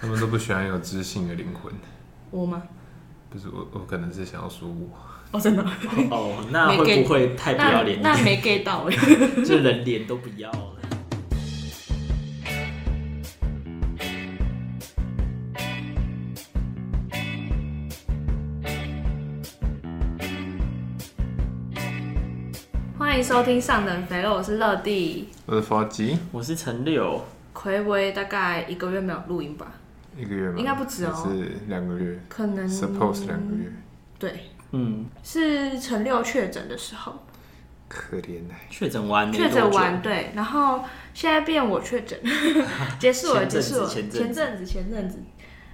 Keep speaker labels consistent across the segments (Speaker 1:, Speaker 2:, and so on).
Speaker 1: 他们都不喜欢有知性的灵魂。
Speaker 2: 我吗？
Speaker 1: 不是我，我可能是想要说我，
Speaker 2: 哦，真的，
Speaker 3: 哦，那会不会 太不要
Speaker 2: 那
Speaker 3: 脸？
Speaker 2: 那没 get 到哎、
Speaker 3: 这人脸都不要了。
Speaker 2: 欢迎收听上等肥肉，我是乐蒂。
Speaker 1: 我的发髻
Speaker 3: 我是陈六，
Speaker 2: 暌违大概一个月没有录音吧，
Speaker 1: 一个月吗？
Speaker 2: 应该不止哦
Speaker 1: 还是两个月
Speaker 2: 可能
Speaker 1: ，suppose 两个月，
Speaker 2: 对，
Speaker 3: 嗯，
Speaker 2: 是陈六确诊的时候
Speaker 1: 可怜哎，
Speaker 3: 确诊完没
Speaker 2: 确诊
Speaker 3: 多久
Speaker 2: 完，对，然后现在变我确诊， 结束了，
Speaker 3: 前
Speaker 2: 结
Speaker 3: 阵子
Speaker 2: 束了，
Speaker 3: 前
Speaker 2: 前
Speaker 3: 阵子
Speaker 2: 阵子，前阵子，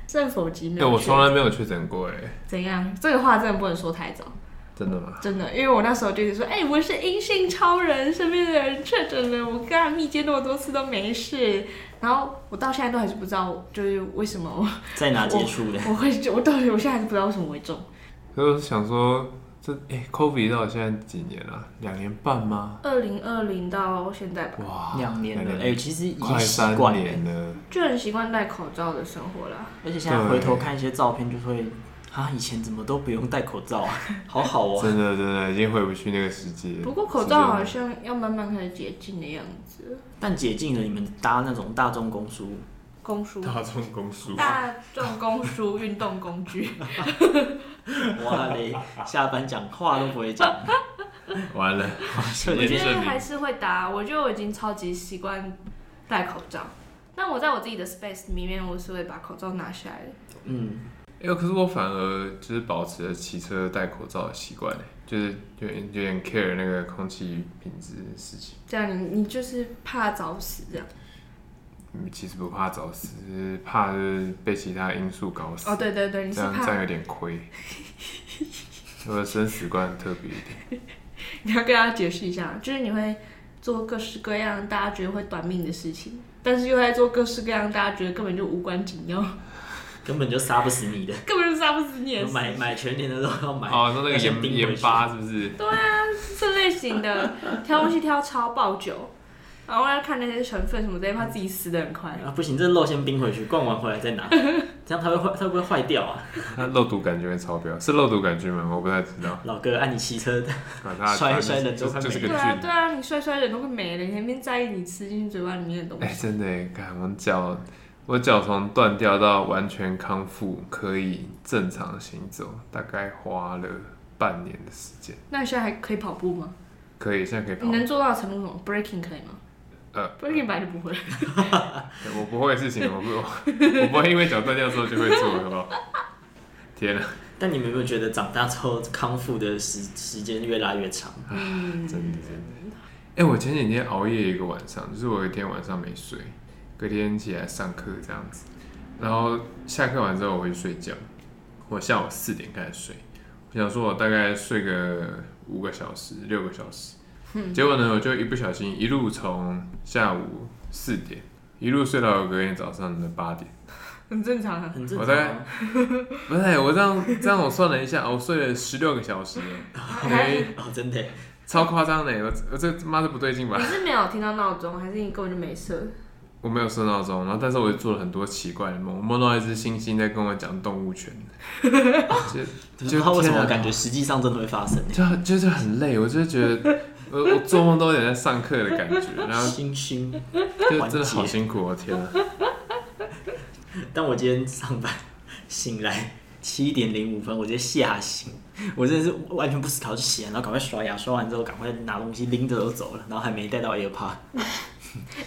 Speaker 2: 政府级没
Speaker 1: 哎，
Speaker 2: 有
Speaker 1: 我
Speaker 2: 确
Speaker 1: 从来没有确诊过哎，
Speaker 2: 怎样，这个话真的不能说太早。
Speaker 1: 真的吗？
Speaker 2: 真的，因为我那时候就是说，哎、我是阴性超人，身边的人确诊了，我跟他密接那么多次都没事，然后我到现在都还是不知道，就是为什么我
Speaker 3: 在哪结束的？
Speaker 2: 我会，我到底我现在还是不知道为什么我会中，
Speaker 1: 就是想说，这哎，COVID 到底现在几年了？两年半吗？
Speaker 2: 二零二零到现在吧，
Speaker 1: 哇，
Speaker 3: 两年了，
Speaker 1: 两
Speaker 3: 哎，其实已经
Speaker 1: 快
Speaker 3: 习
Speaker 1: 三
Speaker 3: 惯了，
Speaker 1: 年了，
Speaker 2: 就很习惯戴口罩的生活啦。
Speaker 3: 而且现在回头看一些照片，就会啊，以前怎么都不用戴口罩啊，好好哦。
Speaker 1: 真的真的已经回不去那个世界。
Speaker 2: 不过口罩好像要慢慢开始解禁的样子，
Speaker 3: 但解禁了，你们搭那种大众公输，
Speaker 2: 公输
Speaker 1: 是。大众公输，
Speaker 2: 大众公输运动工具，
Speaker 3: 哇嘞，下班讲话都不会讲，
Speaker 1: 完了，
Speaker 3: 我
Speaker 2: 我觉
Speaker 3: 觉得
Speaker 2: 得还是会打，我就已经超级习惯戴口罩。但我在我自己的 space 里面，我是会把口罩拿下来的。
Speaker 3: 嗯，
Speaker 1: 哎、可是我反而就是保持了骑车戴口罩的习惯，就是有点有点 care 那个空气品质的事情。
Speaker 2: 这样你你就是怕早死这样。
Speaker 1: 嗯，其实不怕早死，就是怕就是被其他因素搞死，
Speaker 2: 哦，对对对，你
Speaker 1: 这
Speaker 2: 是
Speaker 1: 样这样
Speaker 2: 怕
Speaker 1: 有点亏。我的生死观很特别一点，
Speaker 2: 你要跟大家解释一下，就是你会做各式各样大家觉得会短命的事情，但是又在做各式各样大家觉得根本就无关紧要，
Speaker 3: 根本就杀不死你的。
Speaker 2: 根本就杀不死你的事
Speaker 3: 买买全年的都要买
Speaker 1: 哦，那那个
Speaker 3: 要先
Speaker 1: 盐
Speaker 3: 订回
Speaker 1: 盐
Speaker 3: 去
Speaker 1: 巴是不是？
Speaker 2: 这类型的挑东西挑超爆久，然后要看那些成分什么之类，怕自己死的很快。
Speaker 3: 啊，不行，这肉先冰回去，逛完回来再 拿，这样它会坏，它会不会坏掉啊？
Speaker 1: 它肉毒杆菌会超标，是肉毒杆菌吗？我不太知 道。
Speaker 3: 老哥，啊按、你骑车的，
Speaker 1: 管它
Speaker 3: 摔
Speaker 1: 它
Speaker 3: 摔人
Speaker 1: 就
Speaker 3: 都快
Speaker 1: 就是个
Speaker 2: 对
Speaker 1: 菌。
Speaker 2: 啊，对啊，你摔摔人都会没了，你还没在意你吃进嘴巴里面的东
Speaker 1: 哎、
Speaker 2: 西。
Speaker 1: 真的耶，看我脚，我脚从断掉到完全康复，可以正常行走，大概花了半年的时间。
Speaker 2: 那你现在还可以跑步吗？
Speaker 1: 可以，现在可以跑
Speaker 2: 你。能做到的程度是什么？Breaking 可以吗
Speaker 1: 呃，
Speaker 2: ？Breaking 本来就不会。
Speaker 1: 我不会的事情，我不， 我我不会因为脚断掉之后就会做，好不好？天啊，
Speaker 3: 但你们有没有觉得长大之后康复的时时间越拉越长？
Speaker 2: 嗯
Speaker 1: 真的真的。哎、我前几天熬夜一个晚上，就是我有一天晚上没睡，隔天起来上课这样子，然后下课完之后我回去睡觉，我下午四点开始睡，我想说我大概睡个五个小时、六个小时，结果呢，我就一不小心一路从下午四点一路睡到隔天早上的八点。
Speaker 2: 很正常 啊。
Speaker 3: 很正
Speaker 1: 我
Speaker 3: 常
Speaker 1: 在
Speaker 3: 啊。
Speaker 1: 不是，我这样这样我算了一下，哦我睡了十六个小 时，哎，
Speaker 3: 哦，真的耶，
Speaker 1: 超夸张的，我我这妈的不对劲吧
Speaker 2: 你？是没有听到闹钟，还是你根本就没设？
Speaker 1: 我没有设闹钟，然后但是我也做了很多奇怪的梦，我梦到一只猩猩在跟我讲动物权，
Speaker 3: 不知道为什
Speaker 1: 天
Speaker 3: 么
Speaker 1: 啊
Speaker 3: 感觉实际上真的会发生耶。
Speaker 1: 就就是很累，我就觉得 我我做梦都有点在上课的感觉，然后
Speaker 3: 星星，
Speaker 1: 就真的好辛苦哦，天啊！
Speaker 3: 但我今天上班 醒来七点零五分，我直接吓醒，我真的是完全不思考就起来，然后赶快刷牙，刷完之后赶快拿东西拎着就走了，然后还没带到 AirPod。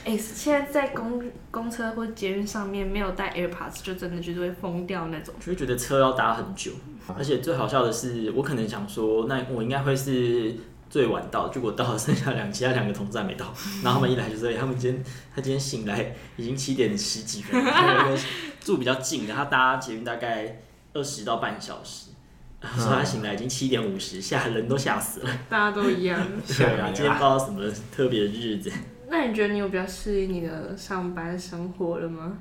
Speaker 2: 哎、现在在公公车或捷运上面没有带 AirPods，就真的就是会疯掉那种。
Speaker 3: 就会觉得车要搭很久，而且最好笑的是，我可能想说，那我应该会是最晚到，结果到了剩下两其他两个同事还没到，然后他们一来就说，哎他们今天他今天醒来已经七点十几分了，然后有一个住比较近的，他搭捷运大概二十到半小时。他说他醒来已经七点五十，吓人都吓死了。
Speaker 2: 大家都一样。
Speaker 3: 对啊，今天不知道什么特别的日子。
Speaker 2: 那你觉得你有比较适应你的上班生活了吗？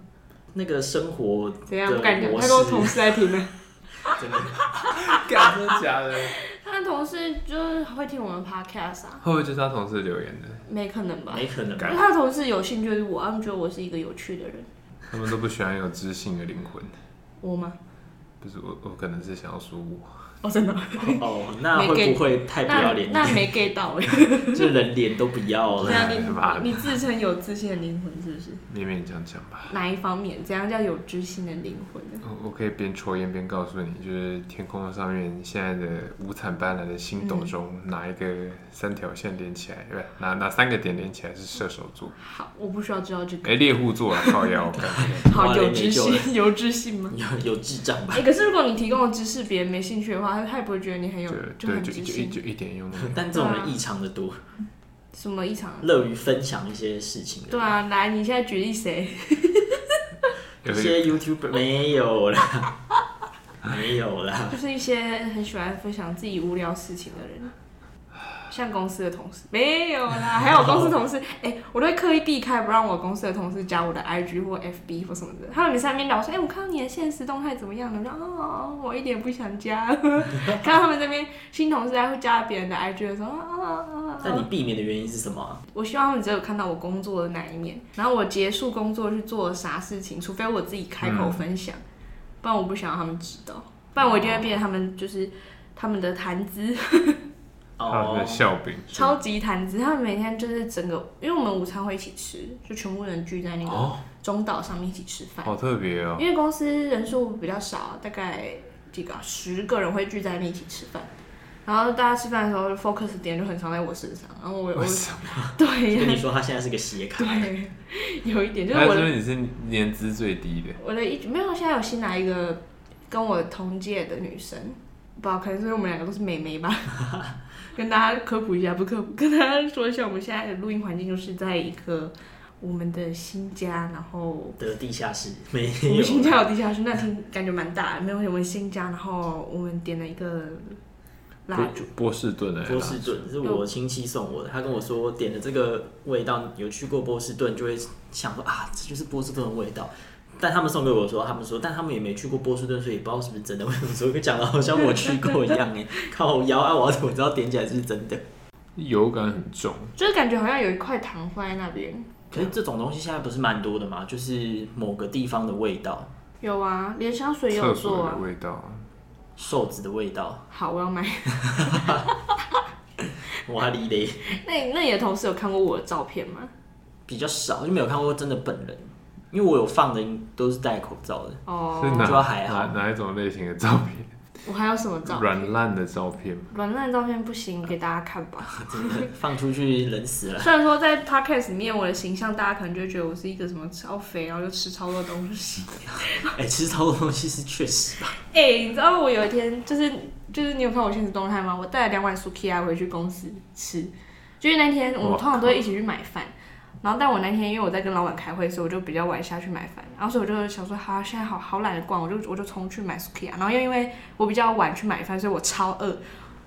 Speaker 3: 那个生活的模
Speaker 2: 怎样？不敢讲，
Speaker 3: 式
Speaker 2: 太多同事在听 了。
Speaker 3: 真的
Speaker 1: 干 真的假的？
Speaker 2: 他的同事就是会听我们 podcast 啊，
Speaker 1: 会不会就是他同事留言的？
Speaker 2: 没可能吧？
Speaker 3: 没可能 吧
Speaker 2: 因为他的同事有兴趣的是我，他们觉得我是一个有趣的人。
Speaker 1: 他们都不喜欢有知性的灵魂。
Speaker 2: 我吗？
Speaker 1: 不是我，我可能是想要说我，
Speaker 2: 哦，真的，
Speaker 3: 哦，那会不会太不要
Speaker 2: 那
Speaker 3: 脸？
Speaker 2: 那没 get 到哎。
Speaker 3: 就连脸都不要
Speaker 2: 对
Speaker 3: 了。
Speaker 2: 啊，
Speaker 1: 妈的
Speaker 2: 你你自称有自信的灵魂是不是？
Speaker 1: 勉勉强强吧。
Speaker 2: 哪一方面？怎样叫有知性的灵魂呢？
Speaker 1: 我我可以边抽烟边告诉你，就是天空上面现在的五彩斑斓的星斗中，哪一个三条线连起来，对吧？哪哪三个点连起来是射手座？
Speaker 2: 好，我不需要知道这个。
Speaker 1: 哎、猎户 座啊，靠腰。
Speaker 2: 好，
Speaker 3: 哇
Speaker 2: 有
Speaker 3: 连
Speaker 2: 知
Speaker 3: 没救了
Speaker 2: 性， 有知性吗？
Speaker 3: 有有智障吧？
Speaker 2: 哎、可是如果你提供的知识别人没兴趣的话，他他也不会觉得你很有，
Speaker 1: 对对，
Speaker 2: 很
Speaker 1: 就
Speaker 2: 知
Speaker 1: 一就一
Speaker 2: 性。
Speaker 1: 就一点用都没有。
Speaker 3: 但这种
Speaker 2: 啊
Speaker 3: 人异常的多，
Speaker 2: 什么异常？
Speaker 3: 乐于分享一些事情的。
Speaker 2: 对啊，来，你现在举例谁？
Speaker 1: 有一个
Speaker 3: 一些 YouTuber 没有啦，没有啦。
Speaker 2: 就是一些很喜欢分享自己无聊事情的人，像公司的同事没有啦，还有公司同事，哎、我都会刻意避开不让我公司的同事加我的 IG 或 FB 或什么的。他们每次在那边聊说，哎、我看到你的现实动态怎么样了？我说哦，我一点不想加。 看到他们这边新同事还会加别人的 IG 的时候，啊啊啊啊！
Speaker 3: 但你避免的原因是什么啊？
Speaker 2: 我希望他们只有看到我工作的那一面，然后我结束工作去做了啥事情，除非我自己开口分享，不然我不想让他们知道，不然我一定会变成他们就是他们的谈资，
Speaker 1: 还有那
Speaker 3: 哦
Speaker 1: 个，笑柄，
Speaker 2: 超级谈资。他们每天就是整个，因为我们午餐会一起吃，就全部人聚在那个
Speaker 1: 哦，
Speaker 2: 中岛上面一起吃饭，
Speaker 1: 好特别哦。
Speaker 2: 因为公司人数比较少，大概几个啊十个人会聚在那边一起吃饭。然后大家吃饭的时候，focus 点就很常在我身上，然后我我
Speaker 1: 为什么？
Speaker 2: 对
Speaker 3: 跟你说他现在是个斜卡，
Speaker 2: 对， 有一点就是
Speaker 1: 他
Speaker 2: 我的
Speaker 1: 说你是年资最低的，
Speaker 2: 我的一直没有，现在有新来一个跟我同届的女生，不知道，可能是因为我们两个都是美眉吧。 跟大家科普一下，不科普，跟大家说一下，我们现在的录音环境就是在一个我们的新家，然后嗯
Speaker 3: 得地下室没
Speaker 2: 我们新
Speaker 3: 有。
Speaker 2: 家有地下室，那厅感觉蛮大的，没有我们新家，然后我们点了一个蜡烛，
Speaker 1: 波波士顿的
Speaker 3: 波士顿是我亲戚送我的，他跟我说点的这个味道，有去过波士顿就会想说啊，这就是波士顿的味道。但他们送给我说，他们说，但他们也没去过波士顿，所以也不知道是不是真的。我想说，讲的好像我去过一样 哎，靠腰啊，我要怎么知道点起来是不是真的？
Speaker 1: 油感很重，
Speaker 2: 就是感觉好像有一块糖放在那边。
Speaker 3: 可是这种东西现在不是蛮多的嘛，就是某个地方的味道，
Speaker 2: 有啊，连香水也有
Speaker 1: 厕
Speaker 2: 做
Speaker 1: 所
Speaker 2: 啊
Speaker 1: 的。味道啊。
Speaker 3: 瘦子的味道，
Speaker 2: 好，我要买。
Speaker 3: 哇哩嘞，
Speaker 2: 那那你的同事有看过我的照片吗？
Speaker 3: 比较少，就没有看过真的本人，因为我有放的都是戴口罩的，
Speaker 2: 哦、
Speaker 1: 是哪
Speaker 3: 就还好
Speaker 1: 哪哪一种类型的照片？
Speaker 2: 我还有什么照片？
Speaker 1: 软烂的照片吗，
Speaker 2: 软烂的照片不行，给大家看 吧。
Speaker 3: 真的放出去冷死了。
Speaker 2: 虽然说在 podcast 里面我的形象，大家可能就会觉得我是一个什么超肥，然后又吃超多东 西。
Speaker 3: 哎、吃超多东西是确实吧？
Speaker 2: 哎、你知道我有一天就是就是你有看我现实动态吗？我带了两碗 Sukiya 回去公司吃，就是那天我们通常都会一起去买饭。然后，但我那天因为我在跟老板开会，所以我就比较晚下去买饭。然后，所以我就想说，好、现在好好懒得逛，我就我就冲去买 Sukiya。然后，又因为我比较晚去买饭，所以我超饿，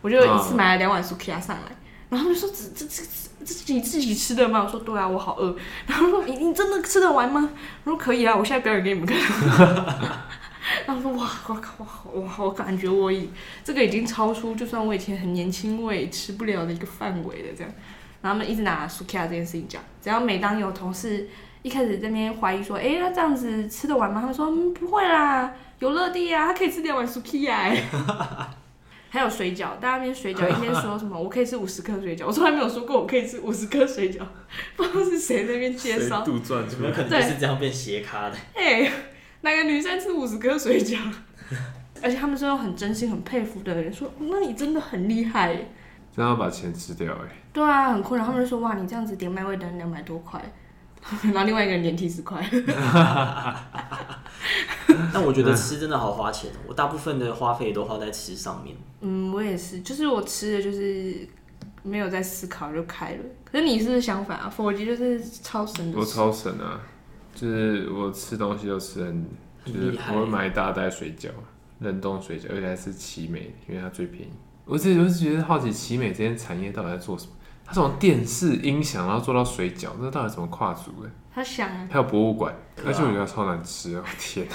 Speaker 2: 我就一次买了两碗 Sukiya 上来。然后他们说：“这这这这这是你自己吃的吗？”我说：“对啊，我好饿。”然后说：“你你真的吃得完吗？”我说：“可以啊，我现在表演给你们看。”然后说：“哇，我靠，我好我好我感觉我已这个已经超出，就算我以前很年轻，我也吃不了的一个范围了。”这样，然后他们一直拿 Sukiya 这件事情讲，只要每当有同事一开始这边怀疑说：“哎，那这样子吃得完吗？”他们说：“嗯，不会啦，有乐蒂啊，他可以吃两碗 Sukiya、欸。”还有水饺，大家那边水饺一边说什么我可以吃五十颗水饺，我从来没有说过我可以吃五十颗水饺，不知道是谁在那边介绍。
Speaker 1: 杜撰
Speaker 3: 有没有可能就是这样变斜咖的？
Speaker 2: 哎、哪个女生吃五十颗水饺？而且他们是用很真心、很佩服的人说，哦那你真的很厉害耶。
Speaker 1: 这样要把钱吃掉哎、
Speaker 2: 对啊，很困扰。他们就说，哇，你这样子点麦味等两百多块， 然后另外一个人点七十块。
Speaker 3: 但我觉得吃真的好花钱哦，我大部分的花费都花在吃上 面。
Speaker 2: 嗯，我也是，就是我吃的就是没有在思考就开了。可是你是不是相反啊？佛吉就是超
Speaker 3: 嗯
Speaker 2: 神的
Speaker 1: 我
Speaker 2: 吃，
Speaker 1: 超省啊！就是我吃东西都吃很，就是
Speaker 3: 很厉害
Speaker 1: 我会买一大袋水饺，冷冻水饺，而且还是奇美，因为它最便宜。我自己就是觉得好奇奇美这些产业到底在做什么？它从电视音响，然后做到水饺，这到底怎么跨足的？
Speaker 2: 他想啊，
Speaker 1: 还有博物馆，
Speaker 3: 对啊
Speaker 1: 而且我觉得超难吃哦！天啊，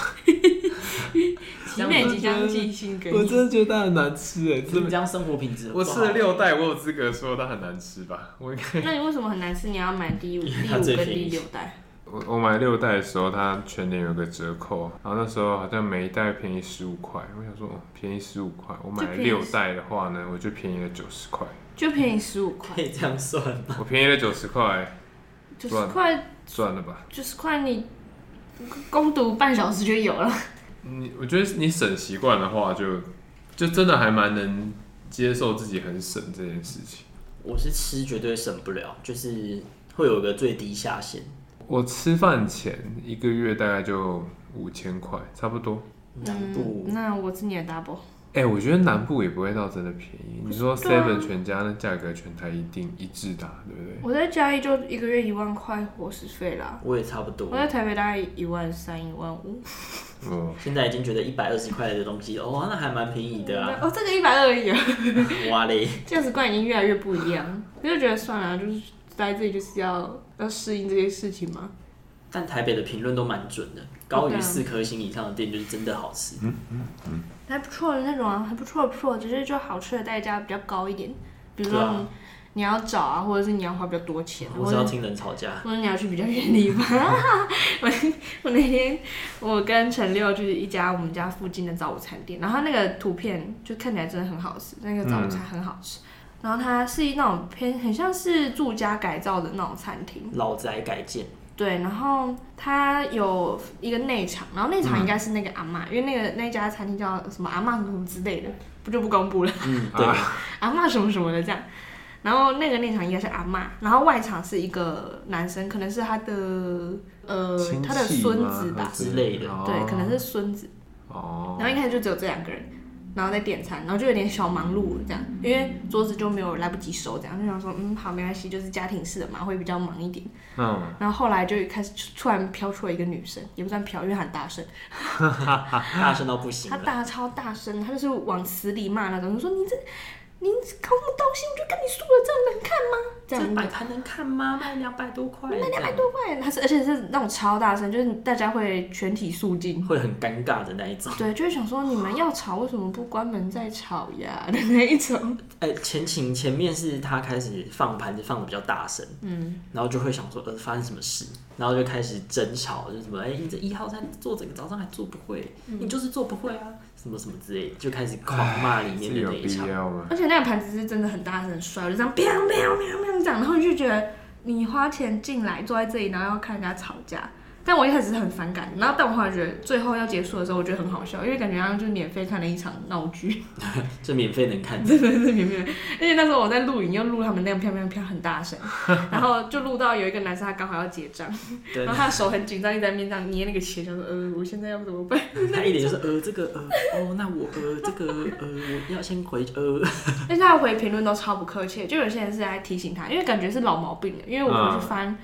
Speaker 2: 集美即将寄信给
Speaker 1: 我
Speaker 2: 你。
Speaker 1: 真 的觉得它很难吃哎！
Speaker 3: 这
Speaker 1: 真
Speaker 3: 么
Speaker 1: 的，
Speaker 3: 这样生活品质，
Speaker 1: 我吃了，六袋，我有资格说它很难吃吧？我应该
Speaker 2: 那你为什么很难吃？你要买第五、
Speaker 3: 因为
Speaker 2: 第
Speaker 3: 它
Speaker 2: 五
Speaker 3: 最
Speaker 2: 跟
Speaker 3: 便宜
Speaker 2: 第六代，
Speaker 1: 我我买六袋的时候，它全年有个折扣，然后那时候好像每一袋便宜十五块，我想说哦，便宜十五块，我买
Speaker 2: 就便宜
Speaker 1: 六袋的话呢，我就便宜了九十块，
Speaker 2: 就便宜十五块
Speaker 3: 可，以这样算吗？
Speaker 1: 我便宜了九十块，
Speaker 2: 九
Speaker 1: 对
Speaker 2: 十
Speaker 1: 啊
Speaker 2: 块，
Speaker 1: 赚了吧？
Speaker 2: 九十块你攻读半小时就有了。
Speaker 1: 你我觉得你省习惯的话就，就真的还蛮能接受自己很省这件事情。
Speaker 3: 我是吃绝对省不了，就是会有一个最低下限。
Speaker 1: 我吃饭前一个月大概就五千块，差不多。
Speaker 3: 南部
Speaker 2: 嗯、那我是你的 double，
Speaker 1: 哎、我觉得南部也不会到真的便宜。你说
Speaker 2: 对啊
Speaker 1: Seven 全家那价格，全台一定一致的啊，对不对？
Speaker 2: 我在嘉义就一个月一万块伙食费啦，
Speaker 3: 我也差不多
Speaker 2: 我，在台北大概一万三、一万五。
Speaker 1: 哦，
Speaker 3: 现在已经觉得一百二十块的东西，哦，那还蛮便宜 的啊！
Speaker 2: 哦，这个一百二而已啊，
Speaker 3: 哇嘞，
Speaker 2: 价值观已经越来越不一样。我就觉得算了，就是在这里就是要要适应这些事情嘛。
Speaker 3: 但台北的评论都蛮准的，高
Speaker 2: 对
Speaker 3: 于
Speaker 2: 啊嗯
Speaker 3: 四颗星以上的店就是真的好吃。
Speaker 2: 还不错的那种啊，还不错不错，只是就好吃的代价比较高一点，比如说
Speaker 3: 对啊
Speaker 2: 你、你要找啊，或者是你要花比较多钱，
Speaker 3: 我
Speaker 2: 或
Speaker 3: 只要
Speaker 2: 者
Speaker 3: 听人吵架，
Speaker 2: 或者你要去比较远的地方。 我我那天我跟陈六就是一家我们家附近的早午餐店，然后那个图片就看起来真的很好吃，那个早午餐很好吃。然后它是那种偏很像是住家改造的那种餐厅，
Speaker 3: 老宅改建，
Speaker 2: 对，然后它有一个内场，然后内场应该是那个阿嬷，因为那个那家餐厅叫什么阿嬷什么之类的，不就不公布了，
Speaker 3: 嗯， 对，
Speaker 2: 阿嬷什么什么的这样。然后那个内场应该是阿嬷，然后外场是一个男生，可能是他的呃
Speaker 1: 亲戚啊
Speaker 2: 他的孙子
Speaker 1: 吗
Speaker 2: 吧，
Speaker 3: 之类的
Speaker 2: 对，可能是孙子。
Speaker 1: 哦。
Speaker 2: 然后一开始就只有这两个人，然后在点餐，然后就有点小忙碌这样，因为桌子就没有来不及收这样，就想说嗯好没关系，就是家庭式的嘛，会比较忙一点。
Speaker 1: 嗯，
Speaker 2: 然后后来就开始突然飘出了一个女生，也不算飘，因为她很大声，
Speaker 3: 大声到不行
Speaker 2: 她
Speaker 3: 了。
Speaker 2: 大超大声，她就是往死里骂那种，就说你这你搞什么东西？我就跟你说了，这样能看吗？这样
Speaker 3: 这
Speaker 2: 子
Speaker 3: 摆盘能看吗？卖两百多块，
Speaker 2: 卖两百多块，她是而且是那种超大声，就是大家会全体肃静。
Speaker 3: 会很尴尬的那一种。
Speaker 2: 对，就会想说你们要吵，为什么不关门再吵呀 的那一种。
Speaker 3: 哎、前情前面是他开始放盘放的比较大声，嗯，然后就会想说，呃，发生什么事，然后就开始争吵，就是什么，哎、你这一号餐做整个早上还做不会，
Speaker 2: 嗯
Speaker 3: 你就是做不会啊，什么什么之类的，就开始狂骂里面
Speaker 1: 是
Speaker 3: 的
Speaker 1: 有
Speaker 3: 那一
Speaker 1: 必
Speaker 3: 场。
Speaker 1: 要吗？
Speaker 2: 而且那个盘子是真的很大声，很摔，我就这样喵喵喵喵这样，然后就觉得你花钱进来坐在这里，然后要看人家吵架。但我一开始是很反感，然后但我后来觉得最后要结束的时候，我觉得很好笑，因为感觉好像就是免费看了一场闹剧，
Speaker 3: 这免费 能看，
Speaker 2: 真的是免费。而且那时候我在录影，又录他们那样啪啪啪很大 声，然后就录到有一个男生他刚好要结账，
Speaker 3: 对
Speaker 2: 然，后他的手很紧张，一直在面上捏那个钱，想说呃我现在要怎么办？
Speaker 3: 他一脸就是呃这个呃哦，那我呃这个呃我要先回呃，
Speaker 2: 但是他回评论都超不客气，就有些人是在提醒他，因为感觉是老毛病了。因为我回
Speaker 3: 嗯
Speaker 2: 去翻、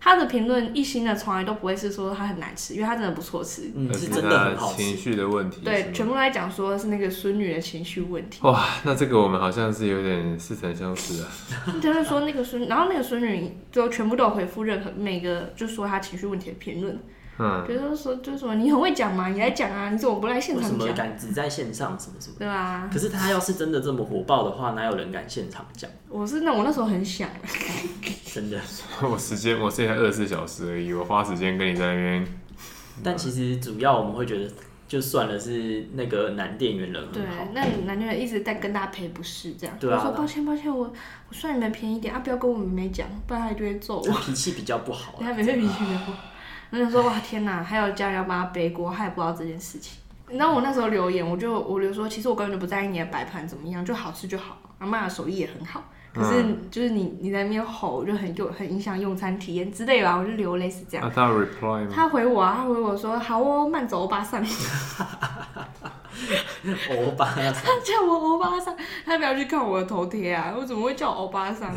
Speaker 2: 他的评论，一星的从来都不会是说他很难吃，因为他真的不错吃。
Speaker 3: 嗯，
Speaker 1: 而
Speaker 3: 是
Speaker 1: 且
Speaker 3: 真的
Speaker 1: 他
Speaker 3: 很好
Speaker 1: 情
Speaker 3: 吃，
Speaker 1: 绪的问题，
Speaker 2: 对，全
Speaker 1: 部。
Speaker 2: 部都在讲说是那个孙女的情绪问题，
Speaker 1: 哇， 那这个我们好像是有点似曾相识啊。
Speaker 2: 就是说那个孙，然后那个孙女就全部都有回复任何每个就说她情绪问题的评论，
Speaker 1: 嗯，
Speaker 2: 比如说说就是什么你很会讲嘛，你来讲啊，你怎么不来现
Speaker 3: 为什
Speaker 2: 场
Speaker 3: 么
Speaker 2: 讲？
Speaker 3: 敢只在线上什么什么？
Speaker 2: 对啊，
Speaker 3: 可是他要是真的这么火爆的话，哪有人敢现场讲？
Speaker 2: 我是那我那时候很想，
Speaker 3: 真的。
Speaker 1: 我时间我现在二十四小时而已，我花时间跟你在那边，
Speaker 3: 但其实主要我们会觉得，就算了是那个男店员人
Speaker 2: 对
Speaker 3: 很嗯好，，
Speaker 2: 那男女人一直在跟大家赔不是这样。
Speaker 3: 对啊
Speaker 2: 我说抱歉抱歉，我我算你们便宜一点啊，不要跟我们妹讲，不然他就会揍我。
Speaker 3: 他脾气比较不好
Speaker 2: 人
Speaker 3: 啊。
Speaker 2: 家妹妹脾气没好，我想说哇天哪，还有家人要帮他背锅，他也不知道这件事情。你知道我那时候留言，我就我留说，其实我根本就不在意你的摆盘怎么样，就好吃就好。阿妈的手艺也很好，可是就是你你在那边吼，就很有很影响用餐体验之类吧，我就留类似这样。
Speaker 1: 那、他有 reply 吗？
Speaker 2: 他回我啊，他回我说好哦，慢走欧巴桑，
Speaker 3: 欧巴，
Speaker 2: 他叫我欧巴桑，他不要去看我的头贴啊，我怎么会叫我欧巴桑？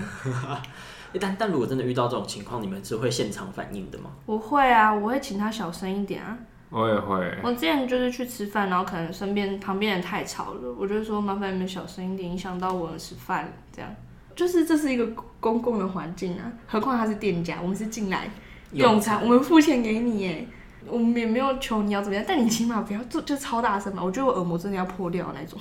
Speaker 3: 诶但但如果真的遇到这种情况，你们是会现场反应的吗？
Speaker 2: 我会啊，我会请他小声一点啊。
Speaker 1: 我也会。
Speaker 2: 我之前就是去吃饭，然后可能身边旁边人太吵了，我就说麻烦你们小声一点，影响到我吃饭。这样，就是这是一个公共的环境啊，何况他是店家，我们是进来用餐，我们付钱给你耶，我们也没有求你要怎么样，但你起码不要就就超大声嘛，我觉得我耳膜真的要破掉那种，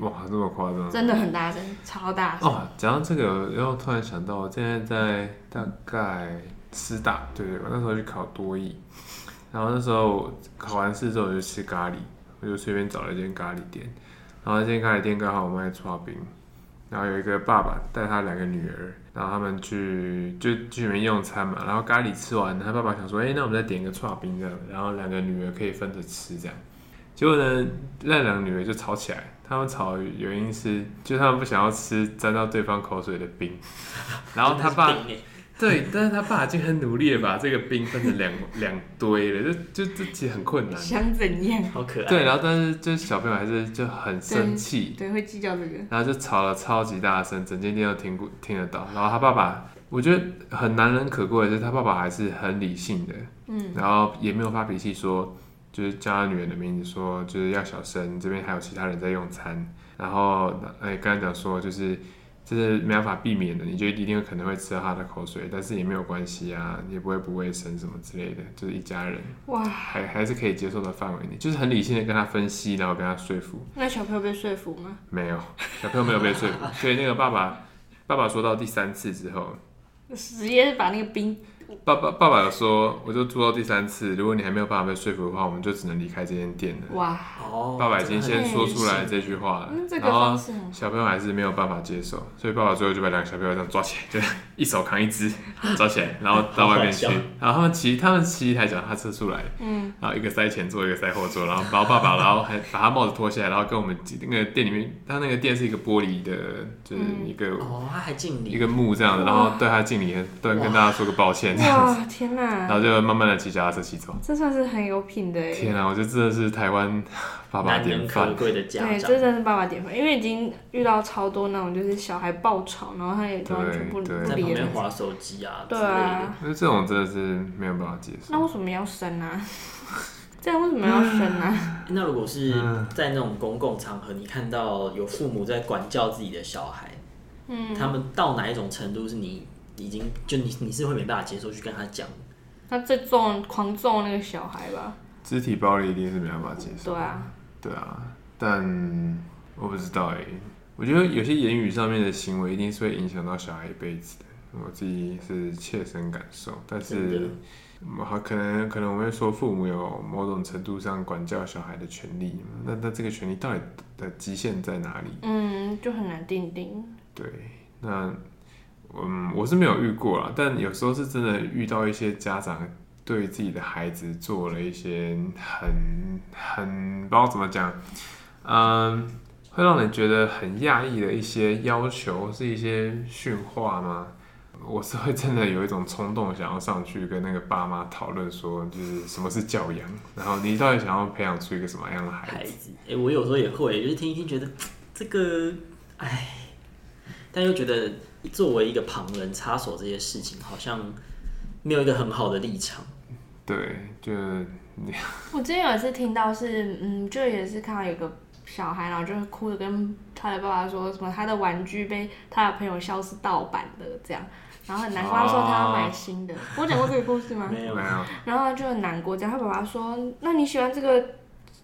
Speaker 1: 哇，这么夸张？
Speaker 2: 真的很大声，超大声。
Speaker 1: 哦，讲到这个，然后突然想到，我现在在大概师大，对对，我那时候去考多艺，然后那时候考完试之后我就吃咖喱，我就随便找了一间咖喱店，然后那间咖喱店刚好我们在刷冰，然后有一个爸爸带他两个女儿，然后他们去就去里面用餐嘛，然后咖喱吃完，他爸爸想说，哎、那我们再点一个串冰这样，然后两个女儿可以分着吃这样。结果呢，那两个女儿就吵起来，他们吵的原因是，就他们不想要吃沾到对方口水的 冰，然后他爸
Speaker 3: 真的是病欸
Speaker 1: 对，但是他爸已经很努力的把这个冰分成两两堆了，就就这其实很困难。
Speaker 2: 想怎样？
Speaker 3: 好可爱，
Speaker 1: 对，然后但是就是小朋友还是就很生气，
Speaker 2: 对，会计较这个。
Speaker 1: 然后就吵了超级大声，整间店都听不听得到。然后他爸爸，我觉得很难能可贵的是，他爸爸还是很理性的，
Speaker 2: 嗯，
Speaker 1: 然后也没有发脾气说，就是叫他女儿的名字说，就是要小声，这边还有其他人在用餐。然后，哎，刚才讲说就是这是没办法避免的，你就一定可能会吃到他的口水，但是也没有关系啊，也不会不卫生什么之类的，就是一家人
Speaker 2: 哇，
Speaker 1: 还还是可以接受的范围内，就是很理性的跟他分析，然后跟他说服。
Speaker 2: 那小朋友被说服吗？
Speaker 1: 没有， 小朋友没有被说服，所以那个爸爸，爸爸说到第三次之后，
Speaker 2: 直接把那个冰，
Speaker 1: 爸爸爸爸有说，我就做到第三次，如果你还没有办法被说服的话，我们就只能离开这间店了。
Speaker 2: 哇，
Speaker 3: 哦，
Speaker 1: 爸爸已经先说出来
Speaker 3: 真的很理性
Speaker 1: 这句话了
Speaker 2: 嗯，，这个
Speaker 1: 然后
Speaker 2: 方式很
Speaker 1: 小朋友还是没有办法接受，所以爸爸最后就把两个小朋友这样抓起来，就一手扛一 只抓起来，然后到外面去
Speaker 3: 好好笑，
Speaker 1: 然后他们骑他们骑一台脚踏车出来，
Speaker 2: 嗯，
Speaker 1: 然后一个塞前座，一个塞后座，然后把爸爸，然后还把他帽子脱下来，然后跟我们那个店里面，他那个店是一个玻璃的，就是一个、
Speaker 3: 哦，他还敬
Speaker 1: 一
Speaker 3: 礼，
Speaker 1: 个幕这样的，然后对他敬礼，对跟大家说个抱歉这样子，
Speaker 2: 哇，天
Speaker 1: 然
Speaker 2: 哪，
Speaker 1: 后就慢慢的骑脚踏车骑走。
Speaker 2: 这算是很有品的哎。
Speaker 1: 天啊，我觉得真的是台湾爸爸
Speaker 3: 难
Speaker 1: 典
Speaker 3: 能
Speaker 1: 范
Speaker 3: 可。贵的家
Speaker 2: 对，
Speaker 3: 长
Speaker 2: 这，真的是爸爸典范，因为已经遇到超多那种就是小孩爆吵，然后他也完全不
Speaker 1: 对
Speaker 2: 不
Speaker 1: 对
Speaker 3: 在
Speaker 2: 理
Speaker 3: 旁
Speaker 2: 的
Speaker 3: 边
Speaker 2: 那种。
Speaker 3: 划手机啊之
Speaker 2: 对
Speaker 3: 类的，
Speaker 2: 啊，
Speaker 1: 那这种真的是没有办法接
Speaker 2: 那
Speaker 1: 受。
Speaker 2: 为什么要生啊？ 这样为什么要生啊？
Speaker 3: 那如果是
Speaker 1: 嗯
Speaker 3: 在那种公共场合，你看到有父母在管教自己的小孩，
Speaker 2: 嗯，
Speaker 3: 他们到哪一种程度是你已经就你你是会没办法接受去跟他讲，
Speaker 2: 他在揍狂揍那个小孩吧？
Speaker 1: 肢体暴力一定是没办法接受。
Speaker 2: 对啊，
Speaker 1: 对啊，但我不知道哎、我觉得有些言语上面的行为一定是会影响到小孩一辈子的。我自己是切身感受，但
Speaker 3: 真的
Speaker 1: 是嗯好可能可能我们会说父母有某种程度上管教小孩的权利，那那这个权利到底的极限在哪里？
Speaker 2: 嗯，就很难定定。
Speaker 1: 对，那嗯，我是没有遇过啦，但有时候是真的遇到一些家长对自己的孩子做了一些很很不知道怎么讲，嗯，会让人觉得很讶异的一些要求，是一些训话吗？我是会真的有一种冲动，想要上去跟那个爸妈讨论说，就是什么是教养，然后你到底想要培养出一个什么样的孩
Speaker 3: 孩
Speaker 1: 子？
Speaker 3: 子，哎、我有时候也会，就是听一听觉得这个，哎，但又觉得作为一个旁人插手这些事情，好像没有一个很好的立场。
Speaker 1: 对，就是
Speaker 2: 我之前有一次听到是，嗯，就也是看到有个小孩，然后就是哭着跟他的爸爸说什么他的玩具被他的朋友笑是盗版的这样，然后很难过，他说他要买新的。我讲过这个故事吗？
Speaker 3: 没有
Speaker 1: 没，有
Speaker 2: 然后就很难过，这样他爸爸说：“那你喜欢这个？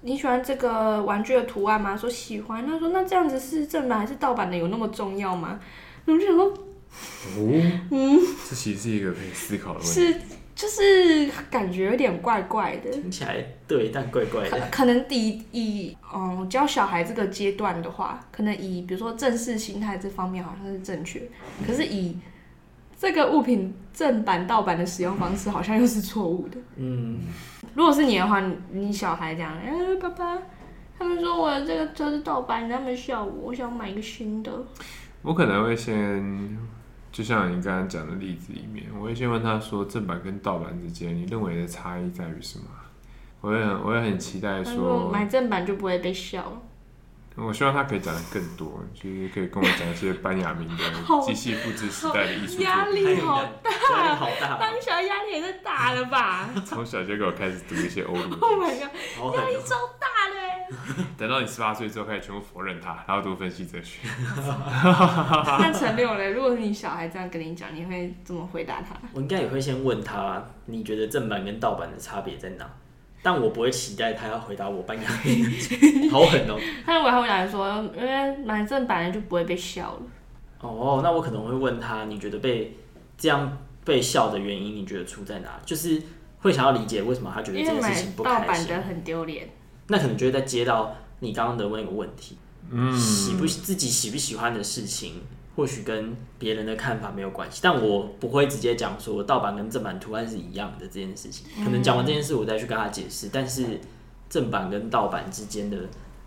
Speaker 2: 你喜欢这个玩具的图案吗？”说喜欢。他说：“那这样子是正版还是盗版的，有那么重要吗？”我就想说，
Speaker 1: 哦，
Speaker 2: 嗯
Speaker 1: 这其实是一个可以思考的问题。
Speaker 2: 是就是感觉有点怪怪的，
Speaker 3: 听起来对，但怪怪
Speaker 2: 可
Speaker 3: 的。
Speaker 2: 可能以以嗯教小孩这个阶段的话，可能以比如说正视心态这方面好像是正确，可是以这个物品正版盗版的使用方式好像又是错误的。
Speaker 3: 嗯，
Speaker 2: 如果是你的话，你你小孩这样，哎、爸爸，他们说我的这个车是盗版，他们笑我，我想买一个新的。
Speaker 1: 我可能会先，就像你刚刚讲的例子里面，我会先问他说，正版跟盗版之间，你认为的差异在于什么？我会很，我会很期待
Speaker 2: 他说
Speaker 1: 说，
Speaker 2: 买正版就不会被笑。
Speaker 1: 我希望他可以讲的更多，就是可以跟我讲一些班雅明的
Speaker 2: 好
Speaker 1: 机器复制时代的艺术
Speaker 2: 压
Speaker 1: 作品，
Speaker 2: 力好
Speaker 3: 大，压力好大，
Speaker 2: 当小压力也是大了 吧
Speaker 1: 从小就给我开始读一些欧陆，
Speaker 2: ？Oh my god，
Speaker 3: 好狠
Speaker 2: 压力
Speaker 3: 哦、
Speaker 2: 超大欸嘞！
Speaker 1: 等到你十八岁之后开始全部否认它，然后读分析哲学。
Speaker 2: 那陈六嘞，如果你小孩这样跟你讲，你会怎么回答他？
Speaker 3: 我应该也会先问他，你觉得正版跟盗版的差别在哪？但我不会期待他要回答我班牙 语，好狠哦、
Speaker 2: 他如果他会来说，因为买正版的就不会被笑了。
Speaker 3: 哦，那我可能会问他，你觉得被这样被笑的原因，你觉得出在哪？就是会想要理解为什么他觉得
Speaker 2: 因
Speaker 3: 这
Speaker 2: 为
Speaker 3: 件
Speaker 2: 买
Speaker 3: 事情不
Speaker 2: 盗
Speaker 3: 开
Speaker 2: 版
Speaker 3: 心。
Speaker 2: 的很丢脸。
Speaker 3: 那可能就会再接到你刚刚的问一个问题，
Speaker 1: 嗯，
Speaker 3: 喜不自己喜不喜欢的事情，或许跟别人的看法没有关系，但我不会直接讲说盗版跟正版图案是一样的这件事情。可能讲完这件事，我再去跟他解释，但是正版跟盗版之间的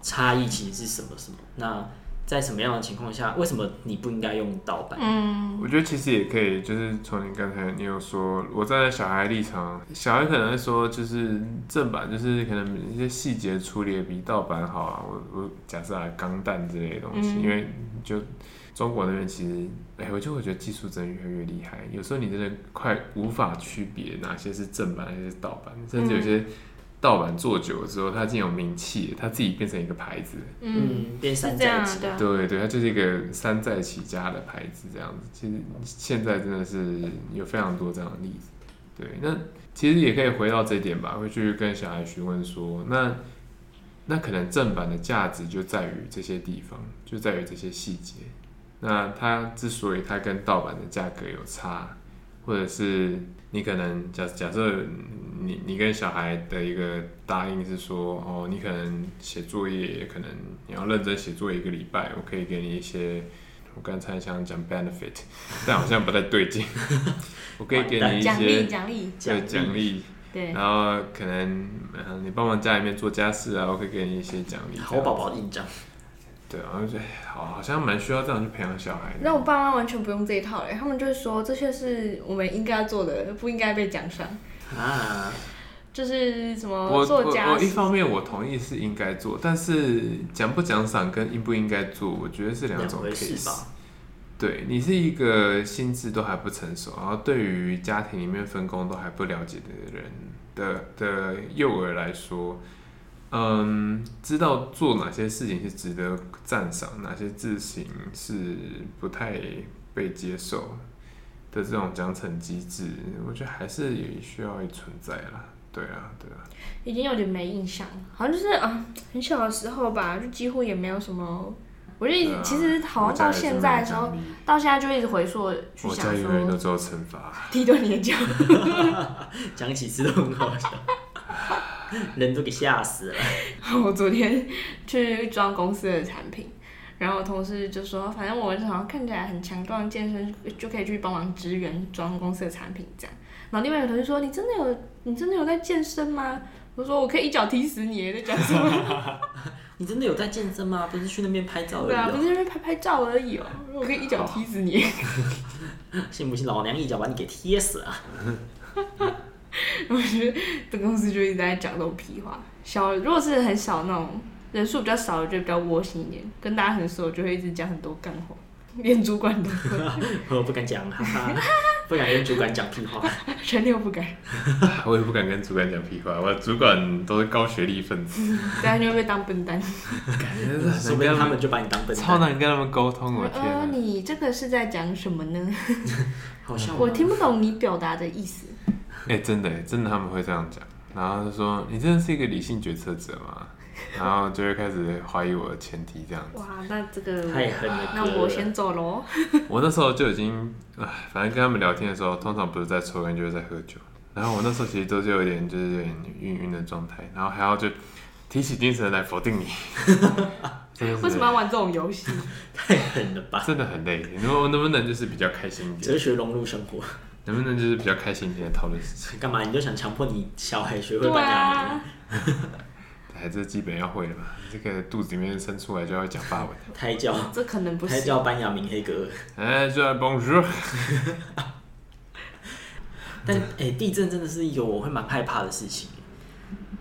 Speaker 3: 差异其实是什么什么？那在什么样的情况下，为什么你不应该用盗版？
Speaker 2: 嗯，
Speaker 1: 我觉得其实也可以，就是从你刚才你有说，我站在小孩立场，小孩可能会说，就是正版，就是可能一些细节处理得比盗版好啊。我我假设啊，钢弹之类的东西，
Speaker 2: 嗯
Speaker 1: 因为就中国那边其实，哎、我就会觉得技术真的越来越厉害，有时候你真的快无法区别哪些是正版，哪些是盗版，甚
Speaker 2: 嗯
Speaker 1: 至有些盗版做久了之后，它竟然有名气了，它自己变成一个牌子了。
Speaker 2: 嗯，，
Speaker 3: 变
Speaker 2: 是
Speaker 3: 山
Speaker 2: 这
Speaker 3: 寨
Speaker 2: 样
Speaker 3: 机
Speaker 2: 啊，对啊。
Speaker 1: 对对，它就是一个山寨起家的牌子这样子。其实现在真的是有非常多这样的例子。对，那其实也可以回到这一点吧，会去跟小孩询问说，那那可能正版的价值就在于这些地方，就在于这些细节。那它之所以它跟盗版的价格有差，或者是你可能假假设你你跟小孩的一个答应是说，哦，你可能写作业，可能你要认真写作业一个礼拜，我可以给你一些，我刚才想讲 benefit，但好像不太对劲， 我可以给你一
Speaker 2: 奖励
Speaker 1: 些
Speaker 2: 奖励，
Speaker 1: 对奖励，
Speaker 2: 对，
Speaker 1: 然后可能嗯你帮忙家里面做家事啊，我可以给你一些奖励。
Speaker 3: 好宝，宝印章，
Speaker 1: 对，然后就哎好好像蛮需要这样去培养小孩的。
Speaker 2: 那我爸妈完全不用这一套欸嘞，他们就是说这些是我们应该做的，不应该被奖赏，
Speaker 3: 啊，
Speaker 2: 就是什么
Speaker 1: 我
Speaker 2: 作
Speaker 1: 我
Speaker 2: 家
Speaker 1: 我一方面我同意是应该做，但是奖不奖赏跟应不应该做，我觉得是两
Speaker 3: 两
Speaker 1: 种
Speaker 3: 回事
Speaker 1: case。
Speaker 3: 吧？
Speaker 1: 对你是一个心智都还不成熟，然后对于家庭里面分工都还不了解的人的的幼儿来说，嗯，知道做哪些事情是值得赞赏，哪些事情是不太被接受的这种奖惩机制，我觉得还是也需要存在啦。对啊，对啊，
Speaker 2: 已经有点没印象了，好像就是啊，很小的时候吧，就几乎也没有什么，我就一直
Speaker 1: 对啊
Speaker 2: 其实好像到现在的时候，，到现在就一直回溯去
Speaker 1: 我家
Speaker 2: 想
Speaker 1: 里面有奖励我家永远都
Speaker 2: 说
Speaker 1: 只有惩罚，
Speaker 2: 踢断你的脚，
Speaker 3: 讲几次都很好笑， 人都给吓死了。
Speaker 2: 我昨天去装公司的产品，然后我同事就说，反正我好像看起来很强壮，健身就可以去帮忙支援装公司的产品这样。然后另外一个同事说，你真的有你真的有在健身吗？我说我可以一脚踢死你，在讲什么？
Speaker 3: 你真的有在健身吗？不是去那边拍照而
Speaker 2: 对 啊，不
Speaker 3: 已、
Speaker 2: 是就是拍拍照而已哦，我可以一脚踢死你。
Speaker 3: 哦。信不信老娘一脚把你给贴死 啊！
Speaker 2: 我觉得本公司就一直在讲这种屁话。小如果是很小那种人数比较少的，就比较窝心一点，跟大家很熟就会一直讲很多干话， 连主管都 会，
Speaker 3: 我不敢讲，哈哈，不敢跟主管讲 屁话。
Speaker 2: 全六不敢。
Speaker 1: 我也不敢跟主管讲屁话，我主管都是高学历分 子，
Speaker 2: 对啊，你会被当笨 蛋。
Speaker 3: 说不定他们嗯就把你当笨
Speaker 1: 超
Speaker 3: 蛋。
Speaker 1: 难跟他们沟通，我的天
Speaker 2: 呃，
Speaker 1: 啊！
Speaker 2: 你这个是在讲什么呢？
Speaker 3: 好像
Speaker 2: 我听不懂你表达的意思。
Speaker 3: 嗯
Speaker 1: 哎、真的耶，真的他们会这样讲，然后就说你真的是一个理性决策者吗？然后就会开始怀疑我的前提这样子。
Speaker 2: 哇，那这个，
Speaker 3: 太狠了。
Speaker 2: 那我先走喽。
Speaker 1: 我那时候就已经，唉，反正跟他们聊天的时候，通常不是在抽烟就是在喝酒。然后我那时候其实都是有点就是有点晕晕的状态，然后还要就提起精神来否 定你。真的是
Speaker 2: 为什么要玩这种游戏？
Speaker 3: 太狠了吧！
Speaker 1: 真的很累？你能能不能就是比较开心一点？
Speaker 3: 哲学融入生活，
Speaker 1: 能不能就是比较开心一点地讨论事情？
Speaker 3: 干嘛你就想强迫你小孩学会
Speaker 2: 对
Speaker 3: 搬家门
Speaker 2: 啊？，
Speaker 1: 还是基本要会的嘛。这个肚子里面生出来就要讲法文。
Speaker 3: 胎教，
Speaker 2: 这可能不
Speaker 3: 胎
Speaker 2: 是。
Speaker 3: 教班雅明黑格尔。
Speaker 1: 哎，就来帮助。
Speaker 3: 但哎、地震真的是一个我会蛮害怕的事情。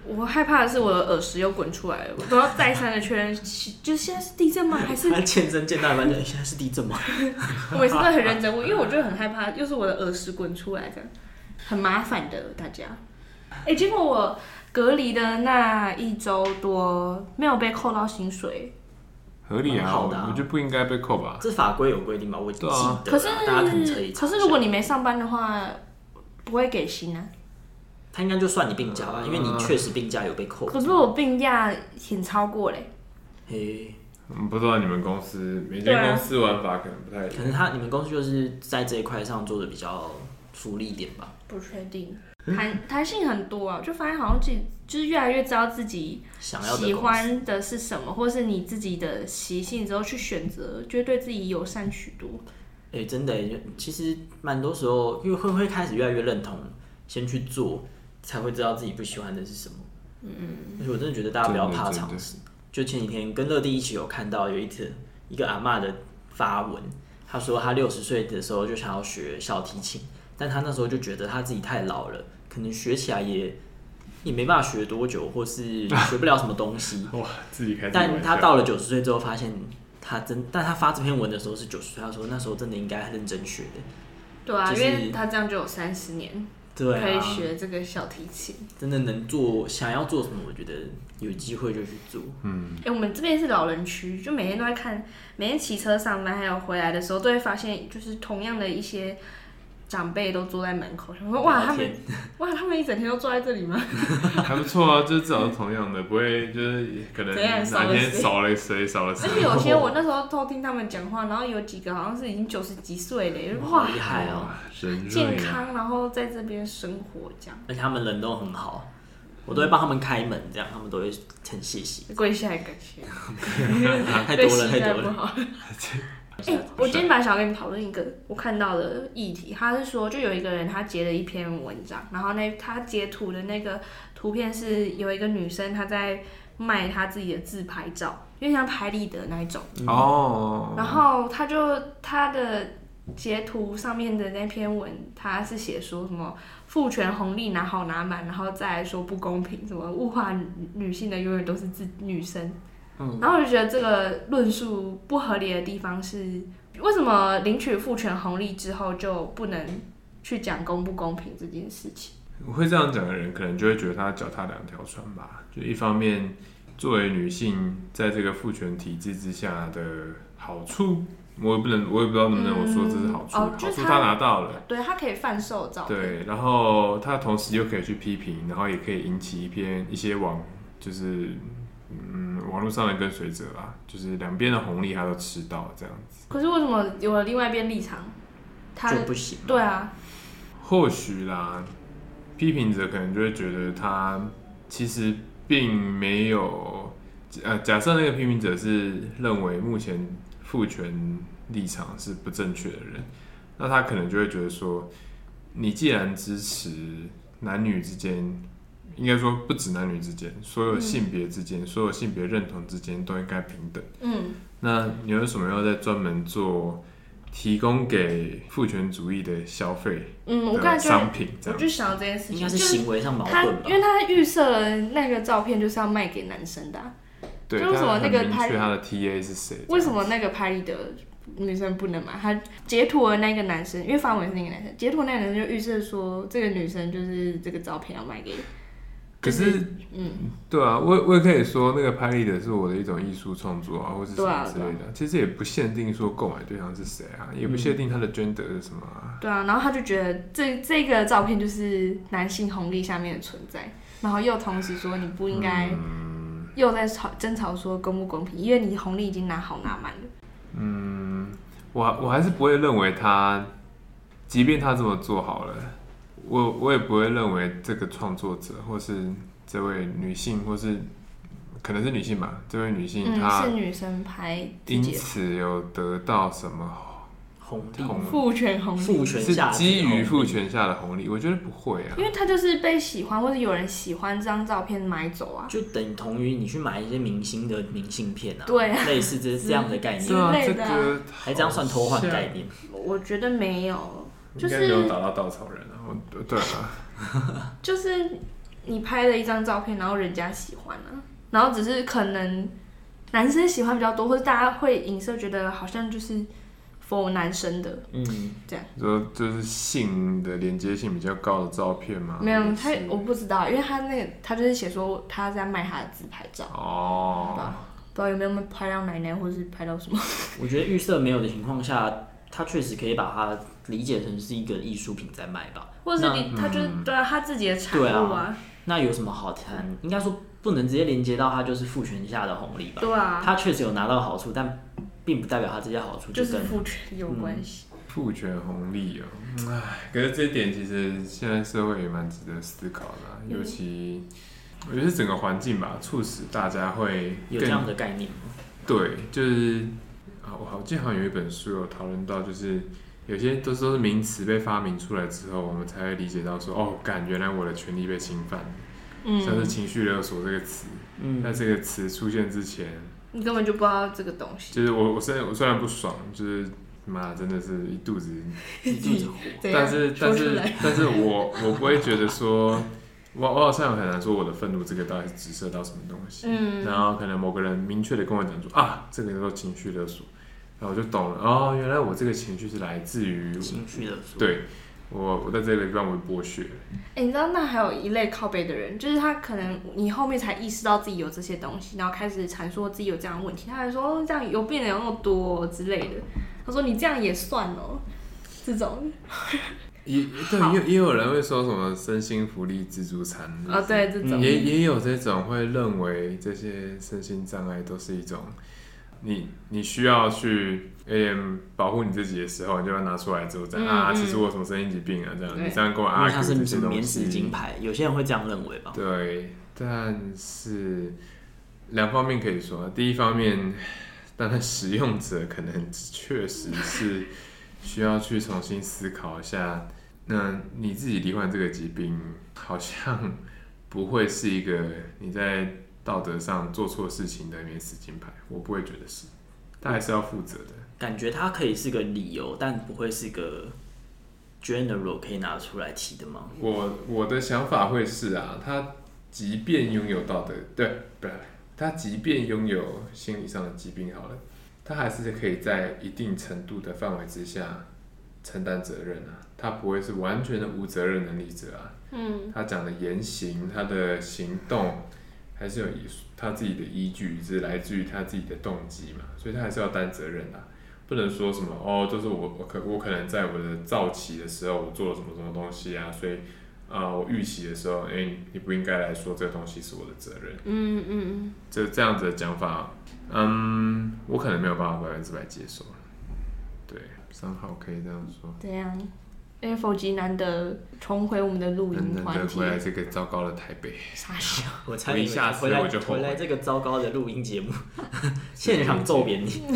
Speaker 2: 我害怕的是我的耳石又滚出来了，我都要再三的确认， 就是现在是地震吗？还 是
Speaker 3: 他健身健到一半就，哎现在是地震吗？
Speaker 2: 我每次都很认真，我因为我就很害怕，又是我的耳石滚出来这样，很麻烦的大家。哎、结果我隔离的那一周多没有被扣到薪水，
Speaker 1: 合理
Speaker 3: 蛮
Speaker 1: 啊，
Speaker 3: 好的啊
Speaker 1: 我我就不应该被扣吧？
Speaker 3: 这法规有规定吧？我记得
Speaker 1: 对啊
Speaker 3: 啊，
Speaker 2: 可是
Speaker 3: 大家可能可以查
Speaker 2: 可
Speaker 3: 一下
Speaker 2: 是如果你没上班的话，不会给薪啊。
Speaker 3: 他应该就算你病假吧，因为
Speaker 1: 嗯
Speaker 3: 你确实病假有被扣。
Speaker 2: 可是我病假挺超过嘞，
Speaker 3: 嘿，
Speaker 1: 嗯，不知道你们公司每
Speaker 2: 对
Speaker 1: 间
Speaker 2: 啊
Speaker 1: 公司玩法可能不太一
Speaker 3: 可
Speaker 1: 样。
Speaker 3: 能他你们公司就是在这一块上做的比较福利点吧。
Speaker 2: 不确定，弹弹性很多啊，就发现好像自己就是越来越知道自己
Speaker 3: 想要的
Speaker 2: 喜
Speaker 3: 公司
Speaker 2: 欢的是什么，或是你自己的习性之后去选择，就会对自己友善许多。
Speaker 3: 哎、真的耶，其实蛮多时候，因为会会开始越来越认同，先去做，才会知道自己不喜欢的是什么。嗯，而且我真的觉得大家不要怕
Speaker 1: 真的
Speaker 3: 尝
Speaker 1: 真的
Speaker 3: 试。就前几天跟乐蒂一起有看到有一次一个阿嬷的发文，她说她六十岁的时候就想要学小提琴，但她那时候就觉得她自己太老了，可能学起来也也没办法学多久，或是学不了什么东西。
Speaker 1: 哇，自己开始玩笑。
Speaker 3: 但他到了九十岁之后，发现他真，但他发这篇文的时候是九十岁，他说那时候真的应该认真学的。
Speaker 2: 对啊，
Speaker 3: 就是
Speaker 2: 因为他这样就有三十年、
Speaker 3: 对
Speaker 2: 可以
Speaker 3: 啊，
Speaker 2: 学这个小提琴。
Speaker 3: 真的能做想要做什么，我觉得有机会就去做。
Speaker 2: 哎、我们这边是老人区，就每天都在看，每天骑车上班还有回来的时候，都会发现就是同样的一些长辈都坐在门口，想说哇，
Speaker 3: 聊
Speaker 2: 他们
Speaker 3: 天
Speaker 2: 哇，他们一整天都坐在这里吗？
Speaker 1: 还不错啊，就是至少是同样的，不会就是可能
Speaker 2: 怎样少
Speaker 1: 哪
Speaker 2: 了
Speaker 1: 天
Speaker 2: 谁
Speaker 1: 少了谁少了
Speaker 2: 而
Speaker 1: 谁。
Speaker 2: 且有些我那时候偷听他们讲话，然后有几个好像是已经九十几岁了，就
Speaker 3: 好
Speaker 2: 哇，
Speaker 3: 厉害哦！
Speaker 1: 哇，人
Speaker 2: 健
Speaker 1: 瑞啊，
Speaker 2: 康，然后在这边生活这样，
Speaker 3: 而且他们人都很好，我都会帮他们开门，这样他们都会很谢谢。
Speaker 2: 跪下来感谢，
Speaker 3: 太
Speaker 2: 被
Speaker 3: 多了，
Speaker 2: 膝
Speaker 3: 太
Speaker 2: 盖
Speaker 3: 多
Speaker 2: 不
Speaker 3: 了。
Speaker 2: 好。哎、我今天本来想要跟你讨论一个我看到的议题，他是说，就有一个人他截了一篇文章，然后那他截图的那个图片是有一个女生她在卖她自己的自拍照，因为像拍立得那一种，
Speaker 1: 哦，
Speaker 2: 然后他就他的截图上面的那篇文，他是写说什么父权红利拿好拿满，然后再来说不公平，什么物化女女性的永远都是自女生。
Speaker 1: 嗯，
Speaker 2: 然后我就觉得这个论述不合理的地方是，为什么领取父权红利之后就不能去讲公不公平这件事情？
Speaker 1: 我哦会这样讲的人，可能就会觉得他脚踏两条船吧。就一方面，作为女性，在这个父权体制之下的好处，我也不能，我也不知道能不能我说这是好处，
Speaker 2: 嗯哦就
Speaker 1: 好
Speaker 2: 是
Speaker 1: 处
Speaker 2: 他
Speaker 1: 他拿到了。
Speaker 2: 对他可以贩售照片，
Speaker 1: 对，然后他同时又可以去批评，然后也可以引起一篇一些网，就是嗯网络上的跟随者啦，就是两边的红利他都吃到这样子。
Speaker 2: 可是为什么有了另外一边立场，他
Speaker 3: 就不行。
Speaker 2: 对啊，
Speaker 1: 或许啦，批评者可能就会觉得他其实并没有，呃，假设那个批评者是认为目前父权立场是不正确的人，那他可能就会觉得说，你既然支持男女之间，应该说不止男女之间，所有性别之间，所有性别认同之间都应该平等。
Speaker 2: 嗯，
Speaker 1: 那你为什么要再专门做提供给父权主义的消费
Speaker 2: 嗯，我刚才
Speaker 1: 的
Speaker 2: 觉得
Speaker 1: 商品？这
Speaker 2: 我
Speaker 1: 样
Speaker 2: 就想到这件事
Speaker 3: 应
Speaker 2: 情，
Speaker 3: 该
Speaker 2: 就是
Speaker 3: 行为上矛
Speaker 2: 他，
Speaker 3: 盾吧
Speaker 2: 因？为他预设了那个照片就是要卖给男生的啊、
Speaker 1: 对，
Speaker 2: 就为什么
Speaker 1: 他很
Speaker 2: 那个
Speaker 1: 明
Speaker 2: 拍
Speaker 1: 确他的 TA 是谁？
Speaker 2: 为什么那个拍立得女生不能买？他截图的那个男生，因为发文是那个男生，截图那个男生就预设说这个女生就是这个照片要卖给，
Speaker 1: 可，
Speaker 2: 就是嗯，
Speaker 1: 对啊，我我也可以说，那个拍立得是我的一种艺术创作啊，或是什
Speaker 2: 对啊嗯
Speaker 1: 么之类的。其实也不限定说购买对象是谁啊，也不限定他的 gender 是什么啊。
Speaker 2: 对啊，然后他就觉得这这个照片就是男性红利下面的存在，然后又同时说你不应该。
Speaker 1: 嗯
Speaker 2: 又在吵争吵说公不公平，因为你红利已经拿好拿满了。
Speaker 1: 我我还是不会认为他，即便他这么做好了，我我也不会认为这个创作者或是这位女性，或是可能是女性吧，这位女性
Speaker 2: 嗯，
Speaker 1: 她
Speaker 2: 是女生拍自
Speaker 1: 因
Speaker 2: 己的
Speaker 1: 此有得到什么
Speaker 3: 红利
Speaker 1: 红
Speaker 2: 父权红利，
Speaker 3: 父权
Speaker 1: 是
Speaker 3: 价值
Speaker 1: 基于
Speaker 3: 红
Speaker 1: 父权下的红利，我觉得不会啊
Speaker 2: 因。为他就是被喜欢或者有人喜欢这张照片买走啊。
Speaker 3: 就等同于你去买一些明星的明信片啊，
Speaker 2: 对啊
Speaker 3: 类似这这样的概
Speaker 1: 对
Speaker 3: 念，
Speaker 1: 啊，
Speaker 2: 类
Speaker 1: 这
Speaker 2: 的啊
Speaker 1: 个
Speaker 3: 还这样算偷换概念，
Speaker 2: 我觉得没有，
Speaker 1: 好
Speaker 2: 就
Speaker 1: 像，应该没有
Speaker 2: 是
Speaker 1: 打到稻草人啊。我对啊，
Speaker 2: 就是你拍了一张照片，然后人家喜欢了、然后只是可能男生喜欢比较多，或者大家会影射觉得好像就是否男生的，
Speaker 3: 嗯，
Speaker 1: 你说就是性的连接性比较高的照片吗？
Speaker 2: 没有
Speaker 1: 还
Speaker 2: 他
Speaker 1: 啊是
Speaker 2: 我不知道，因为他那个他就是写说他在卖他的自拍照，
Speaker 1: 哦，
Speaker 2: 不知道有没有拍到奶奶或是拍到什么。
Speaker 3: 我觉得预设没有的情况下，它确实可以把它理解成是一个艺术品在卖吧。
Speaker 2: 或者是你，他就是对啊，他自己的产物啊，
Speaker 3: 那有什么好谈？应该说不能直接连接到它就是父权下的红利吧。
Speaker 2: 对啊，
Speaker 3: 它确实有拿到好处，但并不代表它这些好处
Speaker 2: 就
Speaker 3: 跟
Speaker 2: 是父权有关系。
Speaker 1: 父权红利哦，唉，可是这一点其实现在社会也蛮值得思考的啊、
Speaker 2: 嗯
Speaker 1: 尤其我觉得是整个环境吧，促使大家会
Speaker 3: 有这
Speaker 1: 更
Speaker 3: 样的概念吗？
Speaker 1: 对，就是啊，我好记得好像有一本书有讨论到，就是有些都是都是名词被发明出来之后，我们才会理解到说，哦，感原来我的权利被侵犯，像是
Speaker 2: 嗯，
Speaker 1: 情绪勒索这个词，
Speaker 3: 嗯
Speaker 1: 在这个词出现之前，
Speaker 2: 你根本就不知道这个东西。
Speaker 1: 就是我我虽然我虽然不爽，就是妈真的是一肚子
Speaker 3: 一肚子火，
Speaker 2: 怎样
Speaker 1: 但是
Speaker 2: 啊说
Speaker 1: 但
Speaker 2: 出
Speaker 1: 是
Speaker 2: 来
Speaker 1: 但是我我不会觉得说，我我好像很难说我的愤怒这个到底是直射到什么东西。
Speaker 2: 嗯
Speaker 1: 然后可能某个人明确的跟我讲说啊，这个叫做情绪勒索，然后我就懂了。哦，原来我这个情绪是来自于
Speaker 3: 情绪勒索，，
Speaker 1: 对我我在这个地方我被剥削了。
Speaker 2: 哎、你知道那还有一类靠背的人，就是他可能你后面才意识到自己有这些东西，然后开始阐述自己有这样的问题，他还说哦这样有病人有那么多之类的，他说你这样也算哦，这种
Speaker 1: 也对，
Speaker 2: 好
Speaker 1: 也也有人会说什么身心福利自助餐
Speaker 2: 啊、哦，，对，这种
Speaker 1: 也也有这种会认为这些身心障碍都是一种你你需要去有点保护你自己的时候，你就要拿出来之后讲、
Speaker 2: 嗯
Speaker 1: 啊，
Speaker 2: 嗯
Speaker 1: 其实我有什么身心疾病啊，这样
Speaker 2: 对
Speaker 1: 你这样跟我
Speaker 3: 因为
Speaker 1: argue
Speaker 3: 它
Speaker 1: 这
Speaker 3: 是
Speaker 1: 些
Speaker 3: 什
Speaker 1: 东
Speaker 3: 么
Speaker 1: 西，
Speaker 3: 免死金牌，有些人会这样认为吧？
Speaker 1: 对，但是两方面可以说，第一方面，当然使用者可能确实是需要去重新思考一下，那你自己罹患这个疾病，好像不会是一个你在道德上做错事情的免死金牌，我不会觉得是，他还是要负责的。
Speaker 3: 感觉它可以是个理由，但不会是个 general 可以拿出来提的吗？
Speaker 1: 我我的想法会是啊，他即便拥有道德，对，不是，他即便拥有心理上的疾病好了，他还是可以在一定程度的范围之下承担责任啊，他不会是完全的无责任能力者啊。
Speaker 2: 嗯
Speaker 1: 他讲的言行，他的行动，还是有依他自己的依据，是来自于他自己的动机嘛，所以他还是要担责任的、啊不能说什么哦，就是我我可我可能在我的造期的时候，我做了什么什么东西啊，所以啊、呃我预期的时候，哎、你不应该来说这个东西是我的责任，
Speaker 2: 嗯嗯
Speaker 1: 这这样子的讲法，嗯，我可能没有办法百分之百接受对，三号可以这样说
Speaker 2: 嗯，。这样，因为否极难得重回我们的录
Speaker 1: 难
Speaker 2: 音
Speaker 1: 得
Speaker 2: 环
Speaker 1: 回来
Speaker 2: 节，
Speaker 1: 这个糟糕的台北，
Speaker 2: 傻笑，
Speaker 3: 我猜
Speaker 1: 我一
Speaker 3: 你
Speaker 1: 下
Speaker 3: 回
Speaker 1: 次
Speaker 3: 来
Speaker 1: 我就后悔
Speaker 3: 回来这个糟糕的录音 节目，现场揍扁你。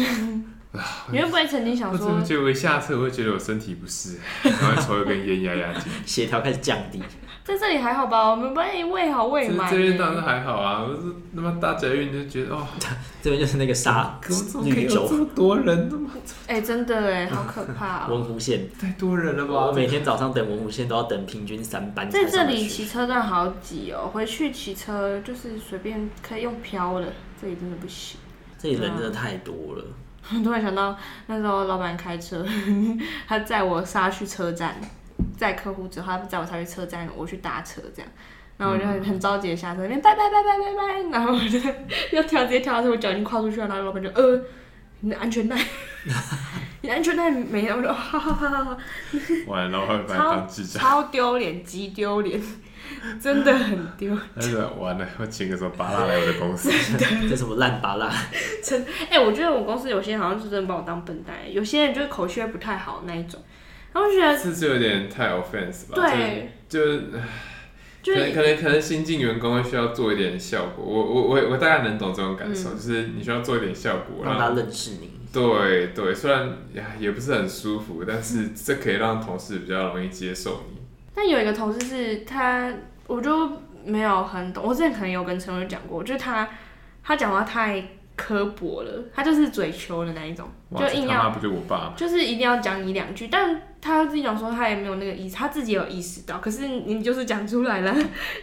Speaker 2: 你会不会曾经想
Speaker 1: 我怎么
Speaker 2: 说，
Speaker 1: 觉得我一下车我会觉得我身体不适，然后抽一根烟压压惊。
Speaker 3: 协调开始降低，
Speaker 2: 在这里还好吧，我们帮你喂好喂
Speaker 1: 这
Speaker 2: 满
Speaker 1: 这边当然
Speaker 2: 欸，
Speaker 1: 还好啊，我是那么大捷运就觉得哦，
Speaker 3: 这边就是那个沙
Speaker 1: 怎么怎么可以
Speaker 3: 绿
Speaker 1: 有这
Speaker 3: 洲
Speaker 1: 么多人，那么
Speaker 2: 哎、真的哎，好可怕、哦。
Speaker 3: 文湖线。
Speaker 1: 太多人了
Speaker 3: 我
Speaker 1: 吧？
Speaker 3: 每天早上等文湖线都要等平均三班才
Speaker 2: 在这
Speaker 3: 上得
Speaker 2: 里
Speaker 3: 去。
Speaker 2: 骑车真的好挤哦，回去骑车就是随便可以用飘的，这里真的不行。
Speaker 3: 这里人真的太多了，
Speaker 2: 突然想到那时候老板开车， 他载我杀去车站，载客户之后，他载我杀去车站，我去搭车这样。然后我就很很着急的下车，那
Speaker 3: 嗯
Speaker 2: 边拜拜拜拜拜拜，然后我就要跳，直接跳下车，我脚已经跨出去了，然后老板就呃，你的安全带，你的安全带没了，我就 哈哈哈哈哈，
Speaker 1: 完了，我会把你
Speaker 2: 超
Speaker 1: 当智障。
Speaker 2: 超丢脸，极丢脸，真的很丢。
Speaker 1: 他就说完了，我请个什么巴拉来我的公 司，
Speaker 3: 这什么烂巴拉？
Speaker 2: 哎、我觉得我公司有些人好像是真的把我当笨蛋，有些人就是口气会不太好那一种，然后我就觉得
Speaker 1: 这就有点太 offense 吧？
Speaker 2: 对，
Speaker 1: 就是，
Speaker 2: 就
Speaker 1: 就是可能可
Speaker 2: 是
Speaker 1: 能可能新进员工会需要做一点效果，我我我我大概能懂这种感受，
Speaker 2: 嗯
Speaker 1: 就是你需要做一点效果，
Speaker 3: 让他认识你。
Speaker 1: 对对，虽然呀也不是很舒服，但是这可以让同事比较容易接受你。
Speaker 2: 但有一个同事是他，我就没有很懂，我之前可能有跟陈伟讲过，就是他他讲话太刻薄了，他就是嘴求的那一种，
Speaker 1: 哇
Speaker 2: 就
Speaker 1: 这
Speaker 2: 硬
Speaker 1: 他
Speaker 2: 要
Speaker 1: 妈不就我爸吗？
Speaker 2: 就是一定要讲你两句，但他自己讲说他也没有那个意思，他自己也有意识到，可是你就是讲出来了，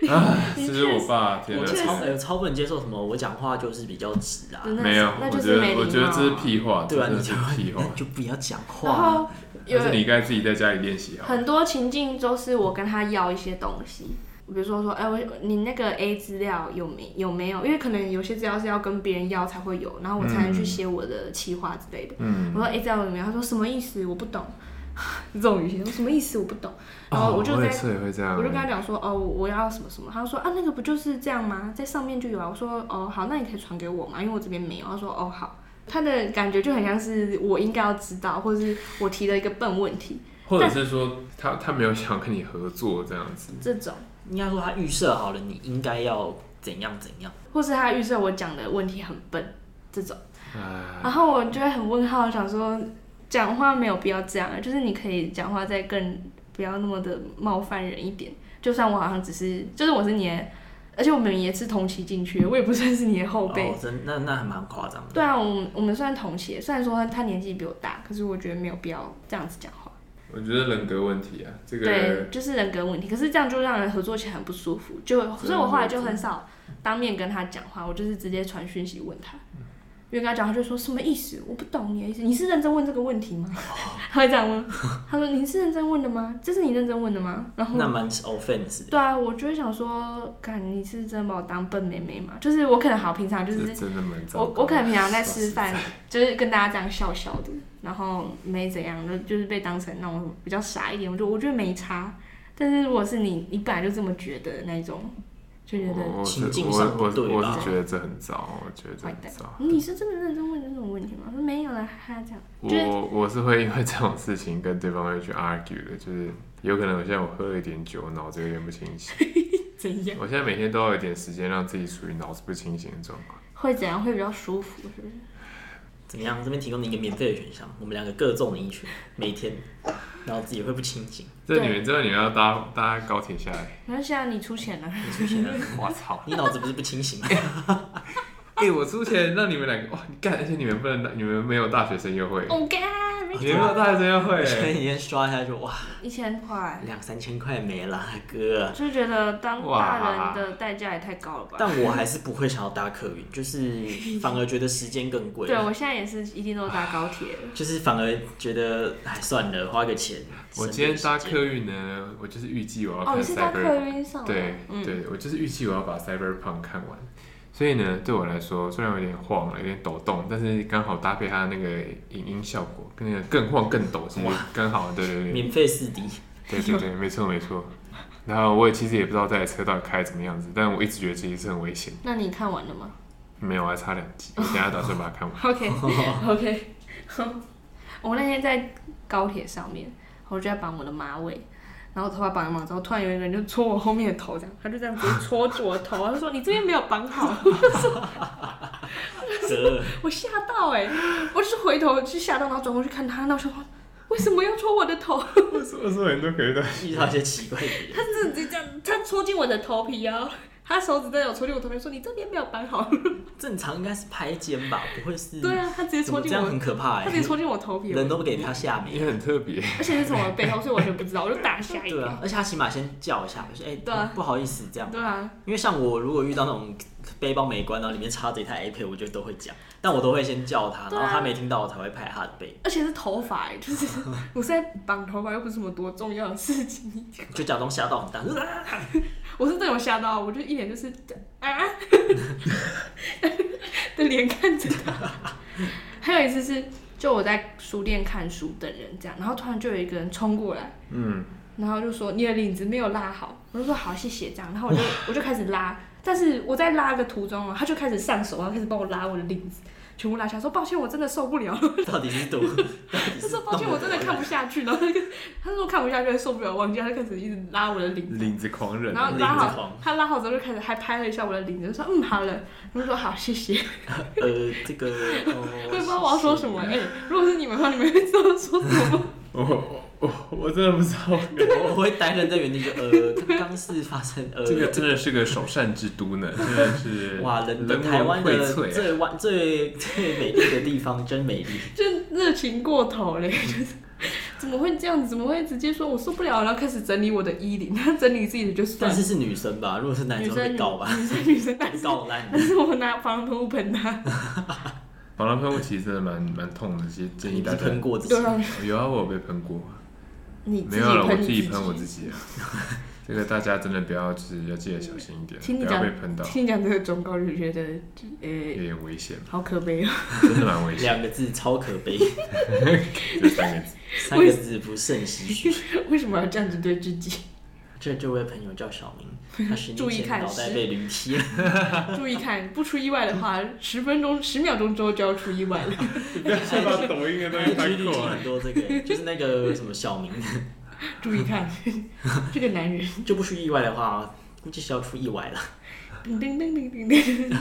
Speaker 1: 啊，
Speaker 2: 你
Speaker 1: 这是我爸，天
Speaker 3: 我
Speaker 1: 哪！
Speaker 3: 超呃超不能接受什么，我讲话就是比较直啊，
Speaker 2: 真的
Speaker 1: 没有，
Speaker 2: 那
Speaker 1: 我
Speaker 2: 就
Speaker 1: 觉
Speaker 2: 是啊没
Speaker 1: 得
Speaker 2: 礼
Speaker 1: 我觉得
Speaker 2: 貌
Speaker 1: 这是屁话，
Speaker 3: 对啊
Speaker 1: 真的
Speaker 3: 你
Speaker 1: 是
Speaker 3: 讲
Speaker 1: 屁 话
Speaker 3: 那，就不要讲
Speaker 2: 然
Speaker 3: 话啊。
Speaker 2: 后有
Speaker 1: 但是你该自己在家里练习好了。
Speaker 2: 很多情境都是我跟他要一些东西，比如说说，哎、我你那个 A 资料有没有没有？因为可能有些资料是要跟别人要才会有，然后我才能去写我的企划之类的。
Speaker 1: 嗯，
Speaker 2: 我说 A 资料有没有？他说什么意思？我不懂。这种语气，我说什么意思？我不懂。然
Speaker 3: 哦
Speaker 2: 后我就在
Speaker 1: 哦也是也会这样，
Speaker 2: 我就跟他讲说，哦，我要什么什么，他说啊，那个不就是这样吗？在上面就有啊。我说，哦，好，那你可以传给我嘛，因为我这边没有。他说，哦，好。他的感觉就很像是我应该要知道，或是我提了一个笨问题
Speaker 1: 或者是说他他没有想跟你合作这样子，
Speaker 2: 这种，
Speaker 3: 应该说他预设好了，你应该要怎样怎样。
Speaker 2: 或是他预设我讲的问题很笨这种，
Speaker 1: 哎，
Speaker 2: 然后我就会很问号，想说讲话没有必要这样，啊就是你可以讲话再更不要那么的冒犯人一点。就算我好像只是，就是我是你的，而且我们也是同期进去的，我也不算是你的后辈，
Speaker 3: 哦，真那那还蛮夸张的。
Speaker 2: 对啊，我们我们算同学，虽然说他年纪比我大，可是我觉得没有必要这样子讲话。
Speaker 1: 我觉得人格问题啊，这
Speaker 2: 对
Speaker 1: 个，
Speaker 2: 就是人格问题。可是这样就让人合作起来很不舒服，就所以我后来就很少当面跟他讲话，我就是直接传讯息问他。
Speaker 1: 嗯
Speaker 2: 因为跟他讲，他就说什么意思？我不懂你的意思。你是认真问这个问题吗？ 他会这样问。 他说你是认真问的吗？这是你认真问的吗？然后
Speaker 3: 那蛮 offense 的。
Speaker 2: 对啊，我就会想说，干你是真把我当笨妹妹吗？就是我可能好平常就是
Speaker 1: 这真的蛮糟
Speaker 2: 我
Speaker 1: 糕的
Speaker 2: 我可能平常在吃 饭
Speaker 1: 说，
Speaker 2: 就是跟大家这样笑笑的，然后没怎样，就就是被当成那种比较傻一点，我就我觉得没差。但是如果是你，你本来就这么觉得的那种，就觉得、
Speaker 1: 我我是
Speaker 3: 情境
Speaker 1: 我
Speaker 3: 上不对
Speaker 1: 我我
Speaker 3: 吧
Speaker 1: 是觉得这很糟，我觉得这
Speaker 2: 坏
Speaker 1: 很
Speaker 2: 蛋
Speaker 1: 糟。
Speaker 2: 你是真的认真问这种问题吗？我说没有啦，哈哈这样。就是
Speaker 1: 我我是会 因为这种事情跟对方会去 argue 的，就是有可能我现在我喝了一点酒，脑子有点不清醒。
Speaker 2: 怎样？
Speaker 1: 我现在每天都要有一点时间让自己处于脑子不清醒的状况。
Speaker 2: 会怎样会比较舒服？是不是？
Speaker 3: 怎么样？这边提供你一个免费的选项，我们两个各中你一拳，每天，然后自己会不清醒。
Speaker 1: 这
Speaker 2: 对
Speaker 1: 你们知道你们要搭搭高铁下 来，
Speaker 2: 然后现在你出钱了，
Speaker 3: 你出现了，
Speaker 1: 我操！
Speaker 3: 你脑子不是不清醒吗？
Speaker 1: 哎、我出钱让你们两个哇，你干！而且你们不能，你们没有大学生优惠，
Speaker 2: 我干，没
Speaker 1: 你们没有大学生优惠、
Speaker 3: 所以你先刷一下就哇，
Speaker 2: 一千块，
Speaker 3: 两三千块没了，啊哥。
Speaker 2: 就觉得当
Speaker 1: 哇
Speaker 2: 大人的代价也太高了吧？
Speaker 3: 但我还是不会想要搭客运，就是反而觉得时间更贵。啊
Speaker 2: 对我现在也是一定都搭高铁了。
Speaker 3: 就是反而觉得，哎，算了，花个钱。
Speaker 1: 我今天搭
Speaker 3: 省点时间
Speaker 1: 客运呢，我就是预计我要
Speaker 2: 哦，
Speaker 1: 看
Speaker 2: 你是搭客
Speaker 1: Cyber，、
Speaker 2: 运上来？
Speaker 1: 对、
Speaker 2: 嗯。
Speaker 1: 对，我就是预计我要把 Cyberpunk 看完。所以呢，对我来说，虽然有点晃，有点抖动，但是刚好搭配它那个影音效果，跟那个更晃更抖，其实刚好，对对对。
Speaker 3: 免费四 D，
Speaker 1: 对对对，没错没错。然后我也其实也不知道这台车到底开怎么样子，但我一直觉得其实是很危险。
Speaker 2: 那你看完了吗
Speaker 1: 没有，我还啊差两集，我等一下打算把它 看完。
Speaker 2: ？OK OK，我那天在高铁上面，我就在绑我的马尾，然后头发绑一绑之后，突然有一个人就戳我后面的头，这样，他就这样子戳住我的头，他就说你这边没有绑好，
Speaker 3: 折
Speaker 2: 我吓到哎、我就是回头去吓到，然后转过去看他，那我想说为什么要戳我的头？
Speaker 1: 为什么说人都可以的？
Speaker 3: 遇到一些奇怪的人，
Speaker 2: 他自己这样，他戳进我的头皮啊，他手指真的有戳进我头皮，说你这边没有绑好，
Speaker 3: 正常应该是拍肩吧，不会是？
Speaker 2: 对啊，他直接
Speaker 3: 怎
Speaker 2: 戳
Speaker 3: 么这
Speaker 2: 进
Speaker 3: 样
Speaker 2: 我
Speaker 3: 很，可怕
Speaker 2: 他
Speaker 3: 哎、
Speaker 2: 直接戳进我啊头皮，哦
Speaker 3: 人都不给他下面。
Speaker 1: 也很特别，
Speaker 2: 而且是从我的背后，所以我全不知道，我就大吓一
Speaker 3: 对
Speaker 2: 跳。
Speaker 3: 啊，而且他起码先叫一下，就说哎、
Speaker 2: 对啊
Speaker 3: 不好意思这样。
Speaker 2: 对啊，
Speaker 3: 因为像我如果遇到那种背包没关，然后里面插着一台 iPad，我就都会讲，但我都会先叫他，
Speaker 2: 对
Speaker 3: 然
Speaker 2: 啊
Speaker 3: 后他没听到我才会拍他的背，
Speaker 2: 而且是头发欸，就是 我是在绑头发，又不是什么多重要的事情。
Speaker 3: 就假装吓到很大， 啊
Speaker 2: 我是真的有吓到，我就一脸就是啊 的脸看着他。还有一次是，就我在书店看书等人这样，然后突然就有一个人冲过来，
Speaker 1: 嗯，
Speaker 2: 然后就说你的领子没有拉好，我就说好谢谢这样，然后我就我就开始拉，但是我在拉的途中啊，他就开始上手，然后开始帮我拉我的领子，全部拉下来，说抱歉我真的受不了了，
Speaker 3: 到底是多？到底
Speaker 2: 他
Speaker 3: 是
Speaker 2: 说抱歉我真的看不下去，然后他就他说看不下去受不了，忘记他就开始一直拉我的领子，
Speaker 1: 领子狂人啊
Speaker 2: 然后
Speaker 3: 领
Speaker 2: 拉
Speaker 3: 子
Speaker 2: 好
Speaker 3: 狂
Speaker 2: 他拉好之后就开始还拍了一下我的领子，就说嗯好了，我就说好谢谢，
Speaker 3: 呃，这个，哦
Speaker 2: 我
Speaker 3: 我
Speaker 2: 也 不知道我要说什么哎、如果是你们的话，你们会知道说什么吗？
Speaker 1: 我我我我真的不知道，
Speaker 3: 我我会呆愣在原地就呃，刚刚是发生呃，
Speaker 1: 这个真的是个首善之都呢，真的是
Speaker 3: 哇，人
Speaker 1: 人
Speaker 3: 台湾
Speaker 1: 文荟
Speaker 3: 的
Speaker 1: 萃啊。
Speaker 3: 最万最最美丽的地方真美 丽，
Speaker 2: 就热情过头嘞，就是怎么会这样子？怎么会直接说我受不了，然后开始整理我的衣领？他整理自己的就算
Speaker 3: 但
Speaker 2: 了，
Speaker 3: 是是女生吧？如果是男
Speaker 2: 女
Speaker 3: 生会
Speaker 2: 生
Speaker 3: 告吧，
Speaker 2: 女生女生，但
Speaker 3: 被
Speaker 2: 是
Speaker 3: 告烂
Speaker 2: 但。是我拿防狼喷雾喷他，
Speaker 1: 防狼喷雾其实真的蛮蛮痛的，其实建议
Speaker 3: 你
Speaker 1: 大家。
Speaker 3: 喷过自己
Speaker 2: 就，让
Speaker 1: 有啊，我有被喷过，
Speaker 2: 你自
Speaker 1: 没
Speaker 2: 己
Speaker 1: 有了，我
Speaker 2: 喷
Speaker 1: 自
Speaker 2: 你
Speaker 1: 己
Speaker 2: 己
Speaker 1: 喷我自己啊。 这个大家真的不要，就是要记得小心一点，
Speaker 2: 听
Speaker 1: 不
Speaker 2: 你
Speaker 1: 要
Speaker 2: 讲
Speaker 1: 被喷到，
Speaker 2: 听你讲这个忠告就觉得，
Speaker 1: 有
Speaker 2: 呃，
Speaker 1: 点危险，
Speaker 2: 好可悲哦。
Speaker 1: 真的蛮危险。
Speaker 3: 两个字超可 悲，
Speaker 1: 这三个字。
Speaker 3: 三个字不胜唏嘘。
Speaker 2: 为什么要这样子对自己？
Speaker 3: 这这位朋友叫小明，他十
Speaker 2: 注
Speaker 3: 年
Speaker 2: 意看
Speaker 3: 前脑袋
Speaker 2: 是
Speaker 3: 被驴踢了，
Speaker 2: 注意看，不出意外的话，十分钟、十秒钟之后就要出意外了。
Speaker 1: 你不要先把抖音的东西
Speaker 3: IG
Speaker 1: 翻
Speaker 3: 里
Speaker 1: 过来
Speaker 3: 很。多这个， 就是那个什么小明，
Speaker 2: 注意看， 这个男人，
Speaker 3: 就不出意外的话，估计是要出意外了。
Speaker 2: 叮叮叮叮叮叮，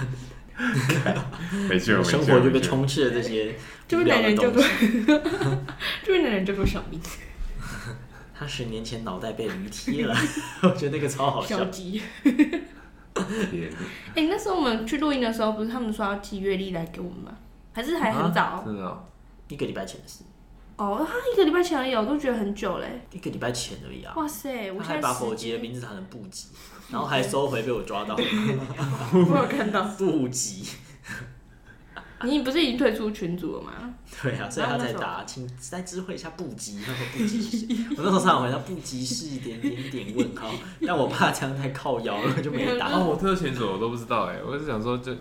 Speaker 1: 没救，没救，
Speaker 3: 生活就被
Speaker 1: 没救。
Speaker 3: 充斥了这些
Speaker 2: 这
Speaker 3: 无
Speaker 2: 位
Speaker 3: 聊
Speaker 2: 男
Speaker 3: 的
Speaker 2: 人叫
Speaker 3: 东
Speaker 2: 做
Speaker 3: 西。，
Speaker 2: 这位男人叫做小明，
Speaker 3: 他十年前脑袋被驴踢 了，我觉得那个超好
Speaker 2: 小
Speaker 3: 笑。
Speaker 2: 吉。
Speaker 1: 天
Speaker 2: 哎、那时候我们去录音的时候，不是他们说要寄月历来给我们吗？还是还很早？
Speaker 1: 啊真的哦，
Speaker 3: 一个礼拜前的事，
Speaker 2: 哦，他一个礼拜前而已，我都觉得很久嘞。
Speaker 3: 一个礼拜前而已啊。
Speaker 2: 哇塞，我
Speaker 3: 他
Speaker 2: 现在
Speaker 3: 还把
Speaker 2: 时
Speaker 3: 否
Speaker 2: 间
Speaker 3: 极的名字打成不吉，然后还收回被我抓到
Speaker 2: 我有看 到。
Speaker 3: 不吉。
Speaker 2: 你不是已经退出群组了吗？
Speaker 3: 对啊，所以他才打，请再知会一下不吉。他说不吉是谁，我那时候上回他不吉是点点点问号，但我怕这样太靠腰了，我就没打。
Speaker 1: 哦，我特选组我都不知道哎，我是想说这，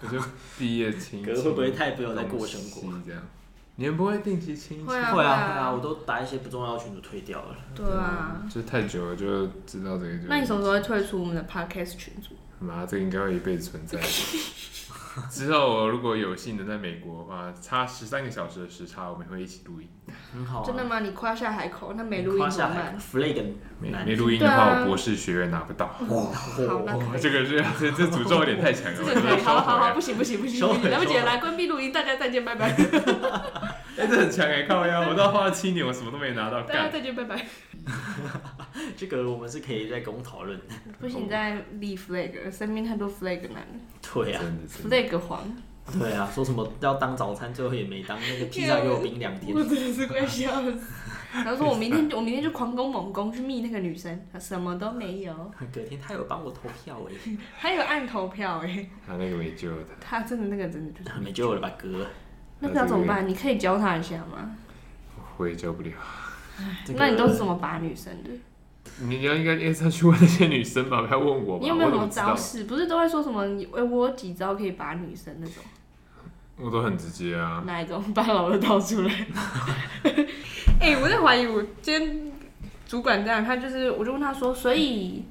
Speaker 1: 我就 毕业 亲，
Speaker 3: 可是会不会太不有在过生活
Speaker 1: 东西这样？你们不会定期亲戚？
Speaker 2: 会啊
Speaker 3: 会啊会啊，我都把一些不重要的群组退掉了。
Speaker 2: 对啊。
Speaker 1: 就太久了就知道这个就。
Speaker 2: 那你什么时候会退出我们的 podcast 群组？
Speaker 1: 妈，这个应该会一辈子存 在。之后我如果有幸能在美国的话，差十三个小时的时差，我们会一起录音。
Speaker 3: 很好、啊。
Speaker 2: 真的吗？你夸下海口，那没录音怎么办？
Speaker 3: ？flag
Speaker 1: 没
Speaker 3: 难
Speaker 1: 没录音的
Speaker 2: 对
Speaker 1: 话，
Speaker 2: 啊
Speaker 1: 我博士学位拿不到。
Speaker 2: 好，那可以。
Speaker 1: 这个是这这诅咒有点太强了，
Speaker 2: 啊这
Speaker 1: 我
Speaker 2: 个
Speaker 1: 觉
Speaker 2: 可
Speaker 1: 得
Speaker 2: 以，
Speaker 1: 收
Speaker 2: 好好
Speaker 1: 回
Speaker 2: 好，
Speaker 1: 来
Speaker 2: 不。行不行不行，
Speaker 3: 收回
Speaker 2: 来不及
Speaker 3: 收
Speaker 2: 了，
Speaker 3: 回
Speaker 2: 来关闭录音，大家再见，拜拜，
Speaker 1: 哎，这很强哎，靠腰！我到花了七年，我什么都没拿到，
Speaker 2: 大家
Speaker 1: 干。
Speaker 2: 再见，拜拜。
Speaker 3: 这个我们是可以在公讨论的。
Speaker 2: 不行，你再立 flag，身边太多 flag 男了
Speaker 3: 对啊，
Speaker 1: 真的是。
Speaker 2: ，flag 黄，
Speaker 3: 对啊，说什么要当早餐，最后也没当，那个披萨给我冰 两天
Speaker 2: 我。真的是快笑死。然后说我明天我明天就狂攻猛攻去密那个女生，她什么都没有，
Speaker 3: 隔天他有帮我投票哎、
Speaker 2: 还有按投票哎、
Speaker 1: 他那个没救了，他
Speaker 2: 她真的那个真的就是
Speaker 3: 没救了吧哥？
Speaker 2: 那个要怎么办？你可以教她一下吗？
Speaker 1: 我也救不了。
Speaker 3: 这个
Speaker 2: 那你都是怎么把女生的？
Speaker 1: 你你要应该应该是要去问那些女生吧，不要问我吧。
Speaker 2: 你有没有
Speaker 1: 我
Speaker 2: 什
Speaker 1: 怎么
Speaker 2: 么
Speaker 1: 知道
Speaker 2: 招？式？不是都会说什么你哎我有几招可以把女生那种
Speaker 1: 我都很直接啊。
Speaker 2: 哪一种把老二倒出来？哎、我在怀疑我今天主管这样，他就是我就问他说，所以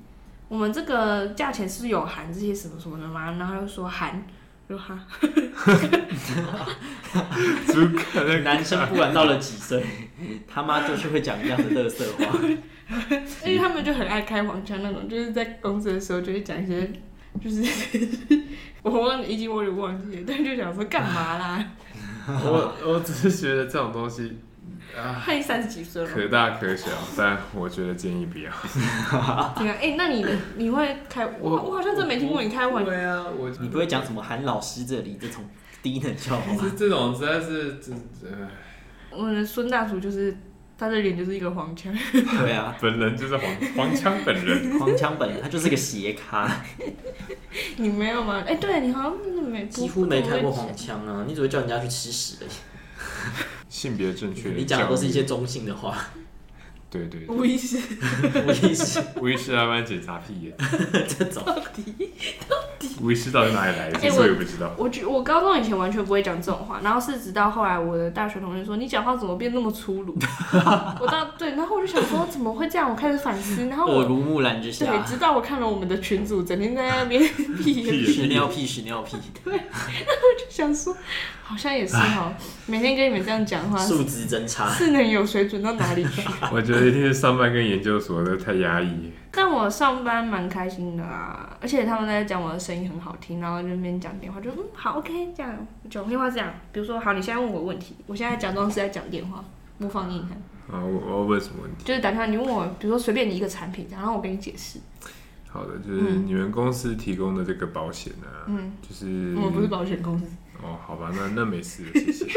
Speaker 2: 我们这个价钱是有含这些什么什么的吗？然后他就说含，我说哈，
Speaker 1: 主可能
Speaker 3: 男生不管到了几岁， 他妈就是会讲这样的乐色话。
Speaker 2: 因为他们就很爱开黄腔那种，就是在公司的时候就会讲一些，就是 我忘了，已经我有点忘记了，但就想说干嘛啦？
Speaker 1: 我我只是觉得这种东西啊，
Speaker 2: 他已经三十几岁了嘛。
Speaker 1: 可大可小，但我觉得建议不要。
Speaker 2: 对啊，哎、那你的你会开？我我好像真没听过你开玩笑。
Speaker 1: 对啊，我
Speaker 3: 你不会讲什么韩老师这里这种低能笑话
Speaker 1: 这这种实在是这呃，
Speaker 2: 我们的孙大厨就是他的脸就是一个黄腔，
Speaker 3: 对啊，
Speaker 1: 本人就是黄黄腔本人。
Speaker 3: 狂腔本人他就是个斜咖，
Speaker 2: 你没有吗？哎、对你好像真的没
Speaker 3: 几乎没开过。
Speaker 2: 不不怎么会
Speaker 3: 黄腔啊，你只会叫人家去吃屎而已。
Speaker 1: 性别正确的
Speaker 3: 你讲的
Speaker 1: 教育
Speaker 3: 都是一些中性的话，
Speaker 1: 对对，对
Speaker 2: 无意识
Speaker 3: 我意思
Speaker 1: 无意识台湾检查 屁眼，
Speaker 3: 这 种。
Speaker 2: 到底。
Speaker 1: 无意识到底哪里来的？
Speaker 2: 哎
Speaker 1: 其实我也不知道。
Speaker 2: 我觉我高中以前完全不会讲这种话，然后是直到后来我的大学同学说你讲话怎么变那么粗鲁， 我到对，然后我就想说怎么会这样，我开始反思，然后
Speaker 3: 耳
Speaker 2: 我
Speaker 3: 濡目染之
Speaker 2: 对，
Speaker 3: 下，
Speaker 2: 直到我看了我们的群主整天在那 边屁眼
Speaker 1: 屁
Speaker 3: 屎尿屁，屎尿屁，
Speaker 2: 想说好像也是哈，每天跟你们这样讲话，
Speaker 3: 素质真差。
Speaker 2: 是能有水准到哪里去？
Speaker 1: 我觉得一定是上班跟研究所的太压抑。
Speaker 2: 但我上班蛮开心的啊，而且他们在讲我的声音很好听，然后就那边讲电话，就嗯好 OK 这样，讲电话是这样，比如说好，你现在问我问题，我现在假装是在讲电话，模仿给你看，
Speaker 1: 啊，我我要问什么问题？
Speaker 2: 就是打电话你问我，比如说随便你一个产品，然后我给你解释，
Speaker 1: 好的，就是你们公司提供的这个保险啊，
Speaker 2: 嗯，
Speaker 1: 就是
Speaker 2: 我们不是保险公司，
Speaker 1: 哦，好吧，那那没事，谢 谢。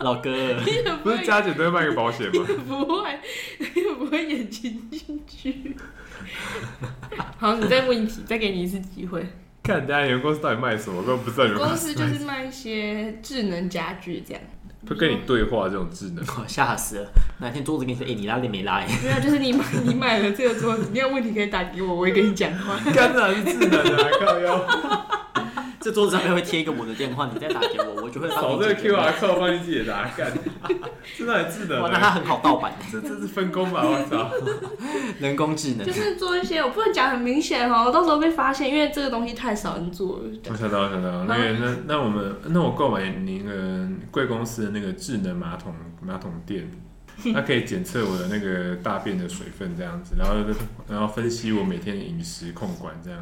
Speaker 3: 老哥，
Speaker 2: 你也不
Speaker 1: 不是
Speaker 2: 会
Speaker 1: 加减都会卖个保险吗？
Speaker 2: 不会，你也不会演情进去。 好，你再问一题，再给你一次机会。
Speaker 1: 看大家你们公司到底卖什么，我根本不知道你们
Speaker 2: 公
Speaker 1: 公
Speaker 2: 司
Speaker 1: 司
Speaker 2: 就
Speaker 1: 卖什
Speaker 2: 是卖一些智能家居这样。
Speaker 1: 么会跟你对话这种智能。
Speaker 3: 我 吓死了！哪天桌子跟你说，哎、你拉链没拉、哎
Speaker 2: 没有，就是你买你买了这个桌子，你有问题可以打给我，我会跟你讲话。
Speaker 1: 干哪是智能 啊？靠腰，
Speaker 3: 这桌子上面会贴一个我的电话，你再打给我，我就会 帮
Speaker 1: 扫
Speaker 3: 你
Speaker 1: 这个
Speaker 3: 解决
Speaker 1: QR code 帮你解答。干，这哪里智能
Speaker 3: 哇，那他
Speaker 1: 啊？
Speaker 3: 很好盗版，
Speaker 1: 这这是分工吧？我 操！
Speaker 3: 人工智能
Speaker 2: 就。是做一些我不能讲很明显哦，到时候被发现，因为这个东西太少人做了。
Speaker 1: 我想到，我想到，那个，那那我们，那我购买那个贵公司的那个智能马桶马桶垫，它可以检测我的那个大便的水分这样子，然后然后分析我每天的饮食控管这样。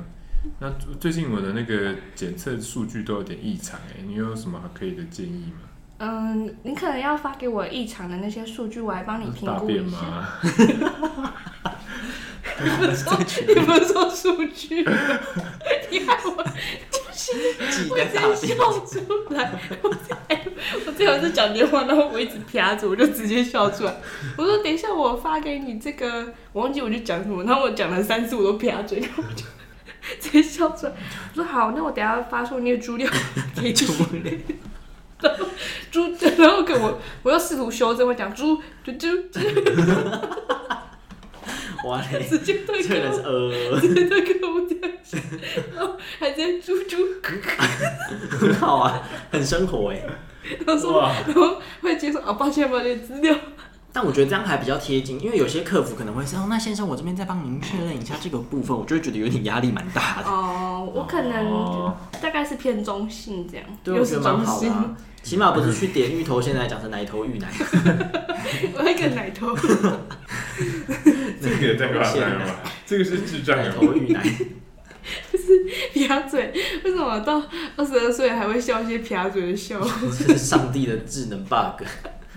Speaker 1: 那最近我的那个检测数据都有点异常哎、你有什么可以的建议吗？
Speaker 2: 嗯，你可能要发给我异常的那些数据，我来帮你评
Speaker 1: 嗯大
Speaker 2: 估
Speaker 1: 便
Speaker 2: 一下。
Speaker 1: 吗？
Speaker 2: 你不是说 你不是说数据， 你害我
Speaker 3: 记
Speaker 2: 我
Speaker 3: 在
Speaker 2: 直
Speaker 3: 大
Speaker 2: 接
Speaker 3: 便
Speaker 2: 笑出来。我哎我最后一次讲电话，然后我一直啪着，我就直接笑出来。我说等一下我发给你这个，我忘记我就讲什么，然后我讲了三次我都啪嘴，然后我就直接笑出来。我说好，那我等一下发送那个资料给你。猪，然后跟我，我又试图修正，我讲猪猪猪，
Speaker 3: 哇嘞，
Speaker 2: 直接对
Speaker 3: 这个
Speaker 2: 给
Speaker 3: 人
Speaker 2: 我
Speaker 3: 是呃，
Speaker 2: 直接对给我这样子，然后还在猪猪，
Speaker 3: 很好啊，很生活哎。
Speaker 2: 然后说，然后会接受啊，抱歉抱歉，资料
Speaker 3: 但我觉得这样还比较贴近，因为有些客服可能会说，哦，那先生，我这边再帮您确认一下这个部分，我就会觉得有点压力蛮大的。
Speaker 2: 哦，我可能大概是偏中性这样，
Speaker 3: 对，
Speaker 2: 又
Speaker 3: 我觉
Speaker 2: 是
Speaker 3: 得蛮
Speaker 2: 中
Speaker 3: 好的
Speaker 2: 性，
Speaker 3: 啊、起码不是去点芋头，现在讲成奶头芋奶，
Speaker 2: 我会跟奶头，
Speaker 1: 这个也太夸张 了 吧！这个是智障
Speaker 3: 奶
Speaker 1: 有
Speaker 3: 头芋奶，
Speaker 2: 撇嘴，为什么到二十二岁还会笑一些撇嘴的笑？
Speaker 3: 这是 上帝的智能 bug，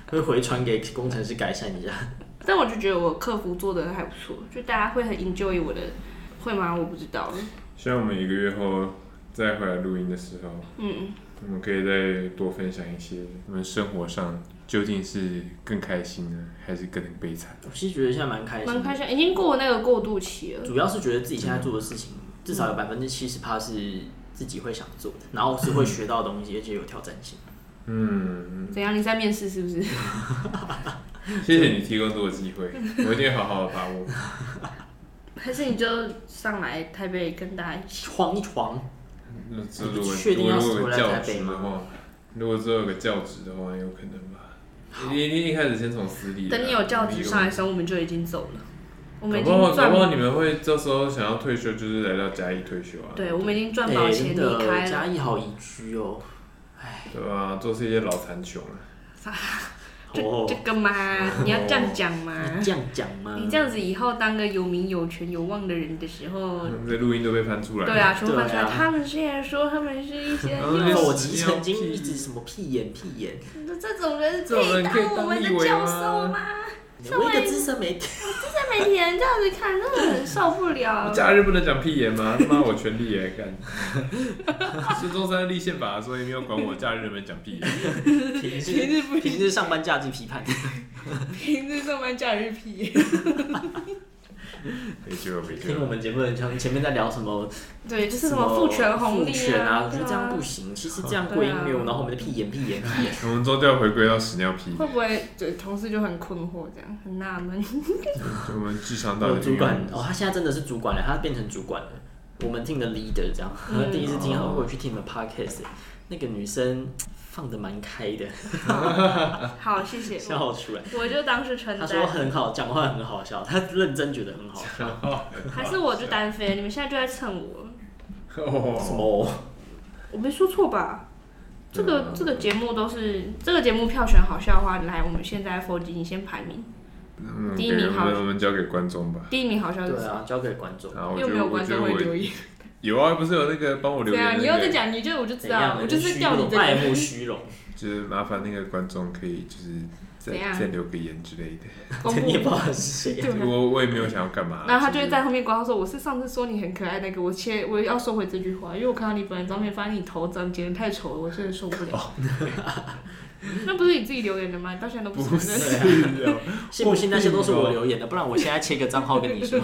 Speaker 3: 会 回传给工程师改善一下。
Speaker 2: 但我就觉得我客服做的还不错，就大家会很 enjoy 我的，会吗？我不知道，
Speaker 1: 希望我们一个月后再回来录音的时候，
Speaker 2: 嗯，
Speaker 1: 我们可以再多分享一些我们生活上究竟是更开心呢，还是更悲惨？
Speaker 3: 我其实觉得现在蛮开心
Speaker 2: 蛮
Speaker 3: 的
Speaker 2: 开，心，已经过那个过渡期了。
Speaker 3: 主要是觉得自己现在做的事情，至
Speaker 2: 嗯
Speaker 3: 少有百分之七十趴是自己会想做的，然后是会学到东西，而且有挑战性。
Speaker 1: 嗯，
Speaker 2: 怎样？你在面试是不是？
Speaker 1: 谢谢你提供这个机会，我一定好好的把握。
Speaker 2: 还是你就上来台北跟大家一起？
Speaker 3: 闯一闯，
Speaker 1: 那之后如
Speaker 3: 你确定
Speaker 1: 果
Speaker 3: 要
Speaker 1: 如果有
Speaker 3: 回
Speaker 1: 个
Speaker 3: 来
Speaker 1: 教
Speaker 3: 台北
Speaker 1: 职的话，如果之后有个教职的话，有可能吧。你你一开始先从私立的啊，
Speaker 2: 等你有教职上来
Speaker 1: 来，
Speaker 2: 的时候，我们就已经走了，我
Speaker 1: 我
Speaker 2: 们已
Speaker 1: 搞不好搞
Speaker 2: 经赚
Speaker 1: 不好你们会这时候想要退休，就是来到嘉义退休啊，
Speaker 2: 对，我们已经赚饱
Speaker 3: 哎
Speaker 2: 钱
Speaker 3: 真
Speaker 2: 离
Speaker 3: 的，
Speaker 2: 开
Speaker 3: 嘉
Speaker 2: 了。
Speaker 3: 义好宜居哦。
Speaker 1: 对吧？都是一些老残穷啊。
Speaker 2: 这
Speaker 3: 哦
Speaker 2: 这，个嘛，你要这样讲嘛
Speaker 3: 你。这样讲吗？
Speaker 2: 你这样子以后当个有名有权有望的人的时候，
Speaker 1: 这录音都被翻出来了，
Speaker 2: 嗯对啊，嗯全部翻出来。
Speaker 3: 对啊
Speaker 2: 他们虽然说他们是一些
Speaker 1: 然后那些
Speaker 2: 幼，
Speaker 3: 我其实曾经一直什么屁眼屁眼，
Speaker 2: 哎这种人
Speaker 1: 这种人可以
Speaker 2: 当我啊们的
Speaker 1: 当立委啊
Speaker 2: 教
Speaker 1: 吗
Speaker 2: 授吗？
Speaker 3: 我一个资深 媒体，
Speaker 2: 在媒体人这样子看，真的很受不了。
Speaker 1: 假日不能讲屁眼吗？ 他妈我全力耶干！孙中山立宪法，所以没有管我假日能不能讲屁眼。
Speaker 3: 平
Speaker 2: 平
Speaker 3: 日
Speaker 2: 日不
Speaker 3: 平日上班价值批判，
Speaker 2: 平日上班假日批。
Speaker 1: 没救了，没救
Speaker 3: 听我
Speaker 1: 了。
Speaker 3: 们节目的人像前面在聊什么
Speaker 2: 对，就是什么父权红利
Speaker 3: 父权啊，我觉
Speaker 2: 对
Speaker 3: 得
Speaker 2: 啊
Speaker 3: 这样不行，其实这样过阴
Speaker 2: 对
Speaker 3: 谬，
Speaker 2: 啊
Speaker 3: 然后我们的屁眼屁眼 屁眼，
Speaker 1: 我们终究要回归到屎尿屁，
Speaker 2: 会不会对同事就很困惑，这样很纳闷？
Speaker 1: 我们智商到
Speaker 3: 我
Speaker 1: 底
Speaker 3: 主
Speaker 1: 是
Speaker 3: 管哦，他现在真的是主管了，他变成主管了，我们听的 leader 这样，
Speaker 2: 嗯
Speaker 3: 第一次听，然后我去听你们 podcast，那个女生放的蛮开 的，
Speaker 2: 好，谢 谢，
Speaker 3: 笑出来。
Speaker 2: 我就当是承
Speaker 3: 他说
Speaker 2: 担，
Speaker 3: 很好，讲话很好笑，他认真觉得很好笑。
Speaker 2: 还是我就单飞？你们现在就在蹭我，
Speaker 3: 什
Speaker 1: 哦，
Speaker 3: 么？
Speaker 2: 我没说错吧？这
Speaker 1: 对
Speaker 2: 个
Speaker 1: 啊
Speaker 2: 这个节目都是这个节目票选好笑话，来，我们现在 f o 你先排名，
Speaker 1: 嗯，
Speaker 2: 第一名
Speaker 1: 给我
Speaker 2: 好
Speaker 1: 们我们交给观众吧。
Speaker 2: 第一名好笑是
Speaker 3: 对
Speaker 2: 谁？
Speaker 3: 啊，交给观众。
Speaker 1: 然后我觉
Speaker 2: 又没
Speaker 1: 得，
Speaker 2: 有
Speaker 1: 我
Speaker 2: 观
Speaker 1: 觉得
Speaker 2: 众
Speaker 1: 我
Speaker 2: 会留言，
Speaker 1: 有啊，不是有那个帮我留
Speaker 2: 对啊，
Speaker 1: 言
Speaker 2: 你
Speaker 1: 的
Speaker 2: 又在
Speaker 1: 那个，
Speaker 2: 讲，你就我就知
Speaker 3: 怎样
Speaker 2: 道，
Speaker 3: 呢？
Speaker 2: 我就是掉你
Speaker 3: 虚
Speaker 2: 这
Speaker 3: 荣爱
Speaker 2: 个。
Speaker 3: 慕虚荣，
Speaker 1: 就是麻烦那个观众可以就是再
Speaker 2: 怎样
Speaker 1: 再留个言之类的。
Speaker 2: 公
Speaker 3: 你也
Speaker 2: 布
Speaker 3: 不知道他是谁。啊
Speaker 2: 对啊
Speaker 1: 我我也没有想要干嘛。
Speaker 2: 然后他就
Speaker 1: 只
Speaker 2: 会
Speaker 1: 是
Speaker 2: 在后面挂号说：“我是上次说你很可爱那个，我切我要收回这句话，因为我看到你本人照片，发现你头长剪得太丑了，我真的受不了。 那不是你自己留言的吗？你到现在都不
Speaker 1: 哦不
Speaker 2: 承认。
Speaker 1: 是 啊，
Speaker 3: 信不信那些都是我留言的？不然我现在切个账号跟你说。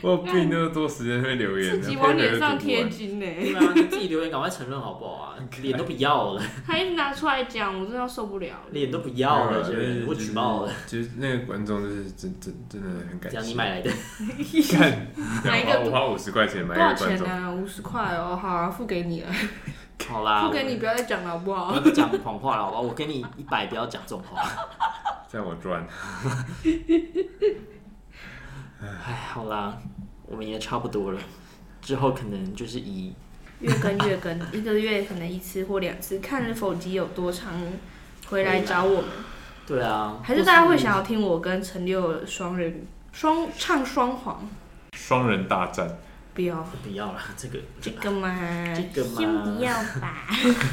Speaker 1: 我有病那么多时间会留言，
Speaker 2: 自己往脸上贴
Speaker 1: 那
Speaker 2: 金呢、
Speaker 3: 对啊，你自己留言赶快承认好不好 啊？脸都不要了，
Speaker 2: 他一直拿出来讲，我真的要受不了。
Speaker 3: 脸都不
Speaker 1: 没有
Speaker 3: 要
Speaker 1: 啊
Speaker 3: 了，就是我举报了。。
Speaker 1: 就是那个观众就是真真真的很感
Speaker 3: 这样你
Speaker 1: 谢。
Speaker 3: 买 来的，
Speaker 1: 看，
Speaker 2: 哪一个
Speaker 1: 我花五十块钱买
Speaker 2: 多
Speaker 1: 一个
Speaker 2: 少
Speaker 1: 观
Speaker 2: 钱
Speaker 1: 众，
Speaker 2: 啊？五十块哦，好啊，付给你了。
Speaker 3: 好啦，
Speaker 2: 不给你不要再讲了，好不
Speaker 3: 我
Speaker 2: 好？
Speaker 3: 我讲谎话了，好吧？我给你一百，不要讲这种话。
Speaker 2: 啊
Speaker 1: 这样我赚。
Speaker 3: 哎，好啦，我们也差不多了。之后可能就是以
Speaker 2: 月更月更，一个月可能一次或两次，看是否集有多长回来找我们。
Speaker 3: 对啊，
Speaker 2: 还是大家会想要听我跟陈六双人双唱双簧？
Speaker 1: 双人大战，
Speaker 2: 不要
Speaker 3: 或是不要了，这个
Speaker 2: 这个嘛，
Speaker 3: 这个嘛
Speaker 2: 先不要 吧，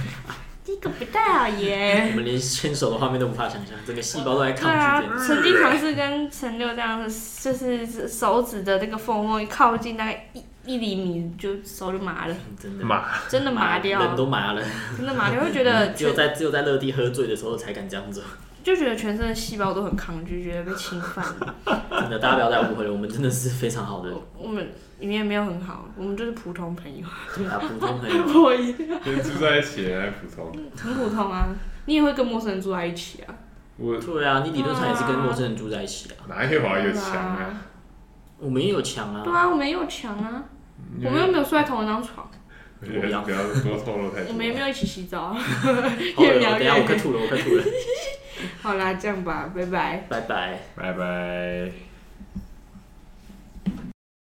Speaker 2: 这个不太好耶
Speaker 3: 我。们连牵手的画面都无法想象，整个细胞都在
Speaker 2: 对
Speaker 3: 抗
Speaker 2: 啊
Speaker 3: 拒这件，事。
Speaker 2: 曾经尝试跟陈六这样，就是手指的那个缝缝靠近大概一一厘米，就手就麻了，
Speaker 3: 真的
Speaker 1: 妈，
Speaker 2: 真的麻掉，
Speaker 3: 人都麻了。
Speaker 2: 真的麻掉，会觉得
Speaker 3: 只有
Speaker 2: 全
Speaker 3: 在只有在乐地喝醉的时候才敢这样做。
Speaker 2: 就觉得全身的细胞都很抗拒，觉得被侵犯了。
Speaker 3: 真的，大家不要再误会了，我们真的是非常好的，
Speaker 2: 我们里面没有很好，我们就是普通朋 友，
Speaker 3: 对啊，普通朋友。
Speaker 2: 我也
Speaker 1: 跟住在一起还普通。
Speaker 2: 很普通啊。你也会跟陌生人住在一起啊？
Speaker 1: 我
Speaker 3: 对啊，你理论上也是跟陌生人住在一起啊。
Speaker 1: 哪有啊？有强啊？
Speaker 3: 我们也有墙
Speaker 2: 对
Speaker 3: 啊，
Speaker 2: 啊，我们也有墙啊，
Speaker 3: 嗯
Speaker 2: 我们又没有睡在同一张床，
Speaker 1: 我觉得不要多透露太多。
Speaker 2: 我们也没有一起洗 澡。啊
Speaker 3: 好了，
Speaker 2: 越描
Speaker 3: 等一
Speaker 2: 越
Speaker 3: 下我快
Speaker 2: 黑
Speaker 3: 吐了，我快吐了，
Speaker 2: 好啦，这样吧，拜拜。
Speaker 3: 拜拜。
Speaker 1: 拜拜。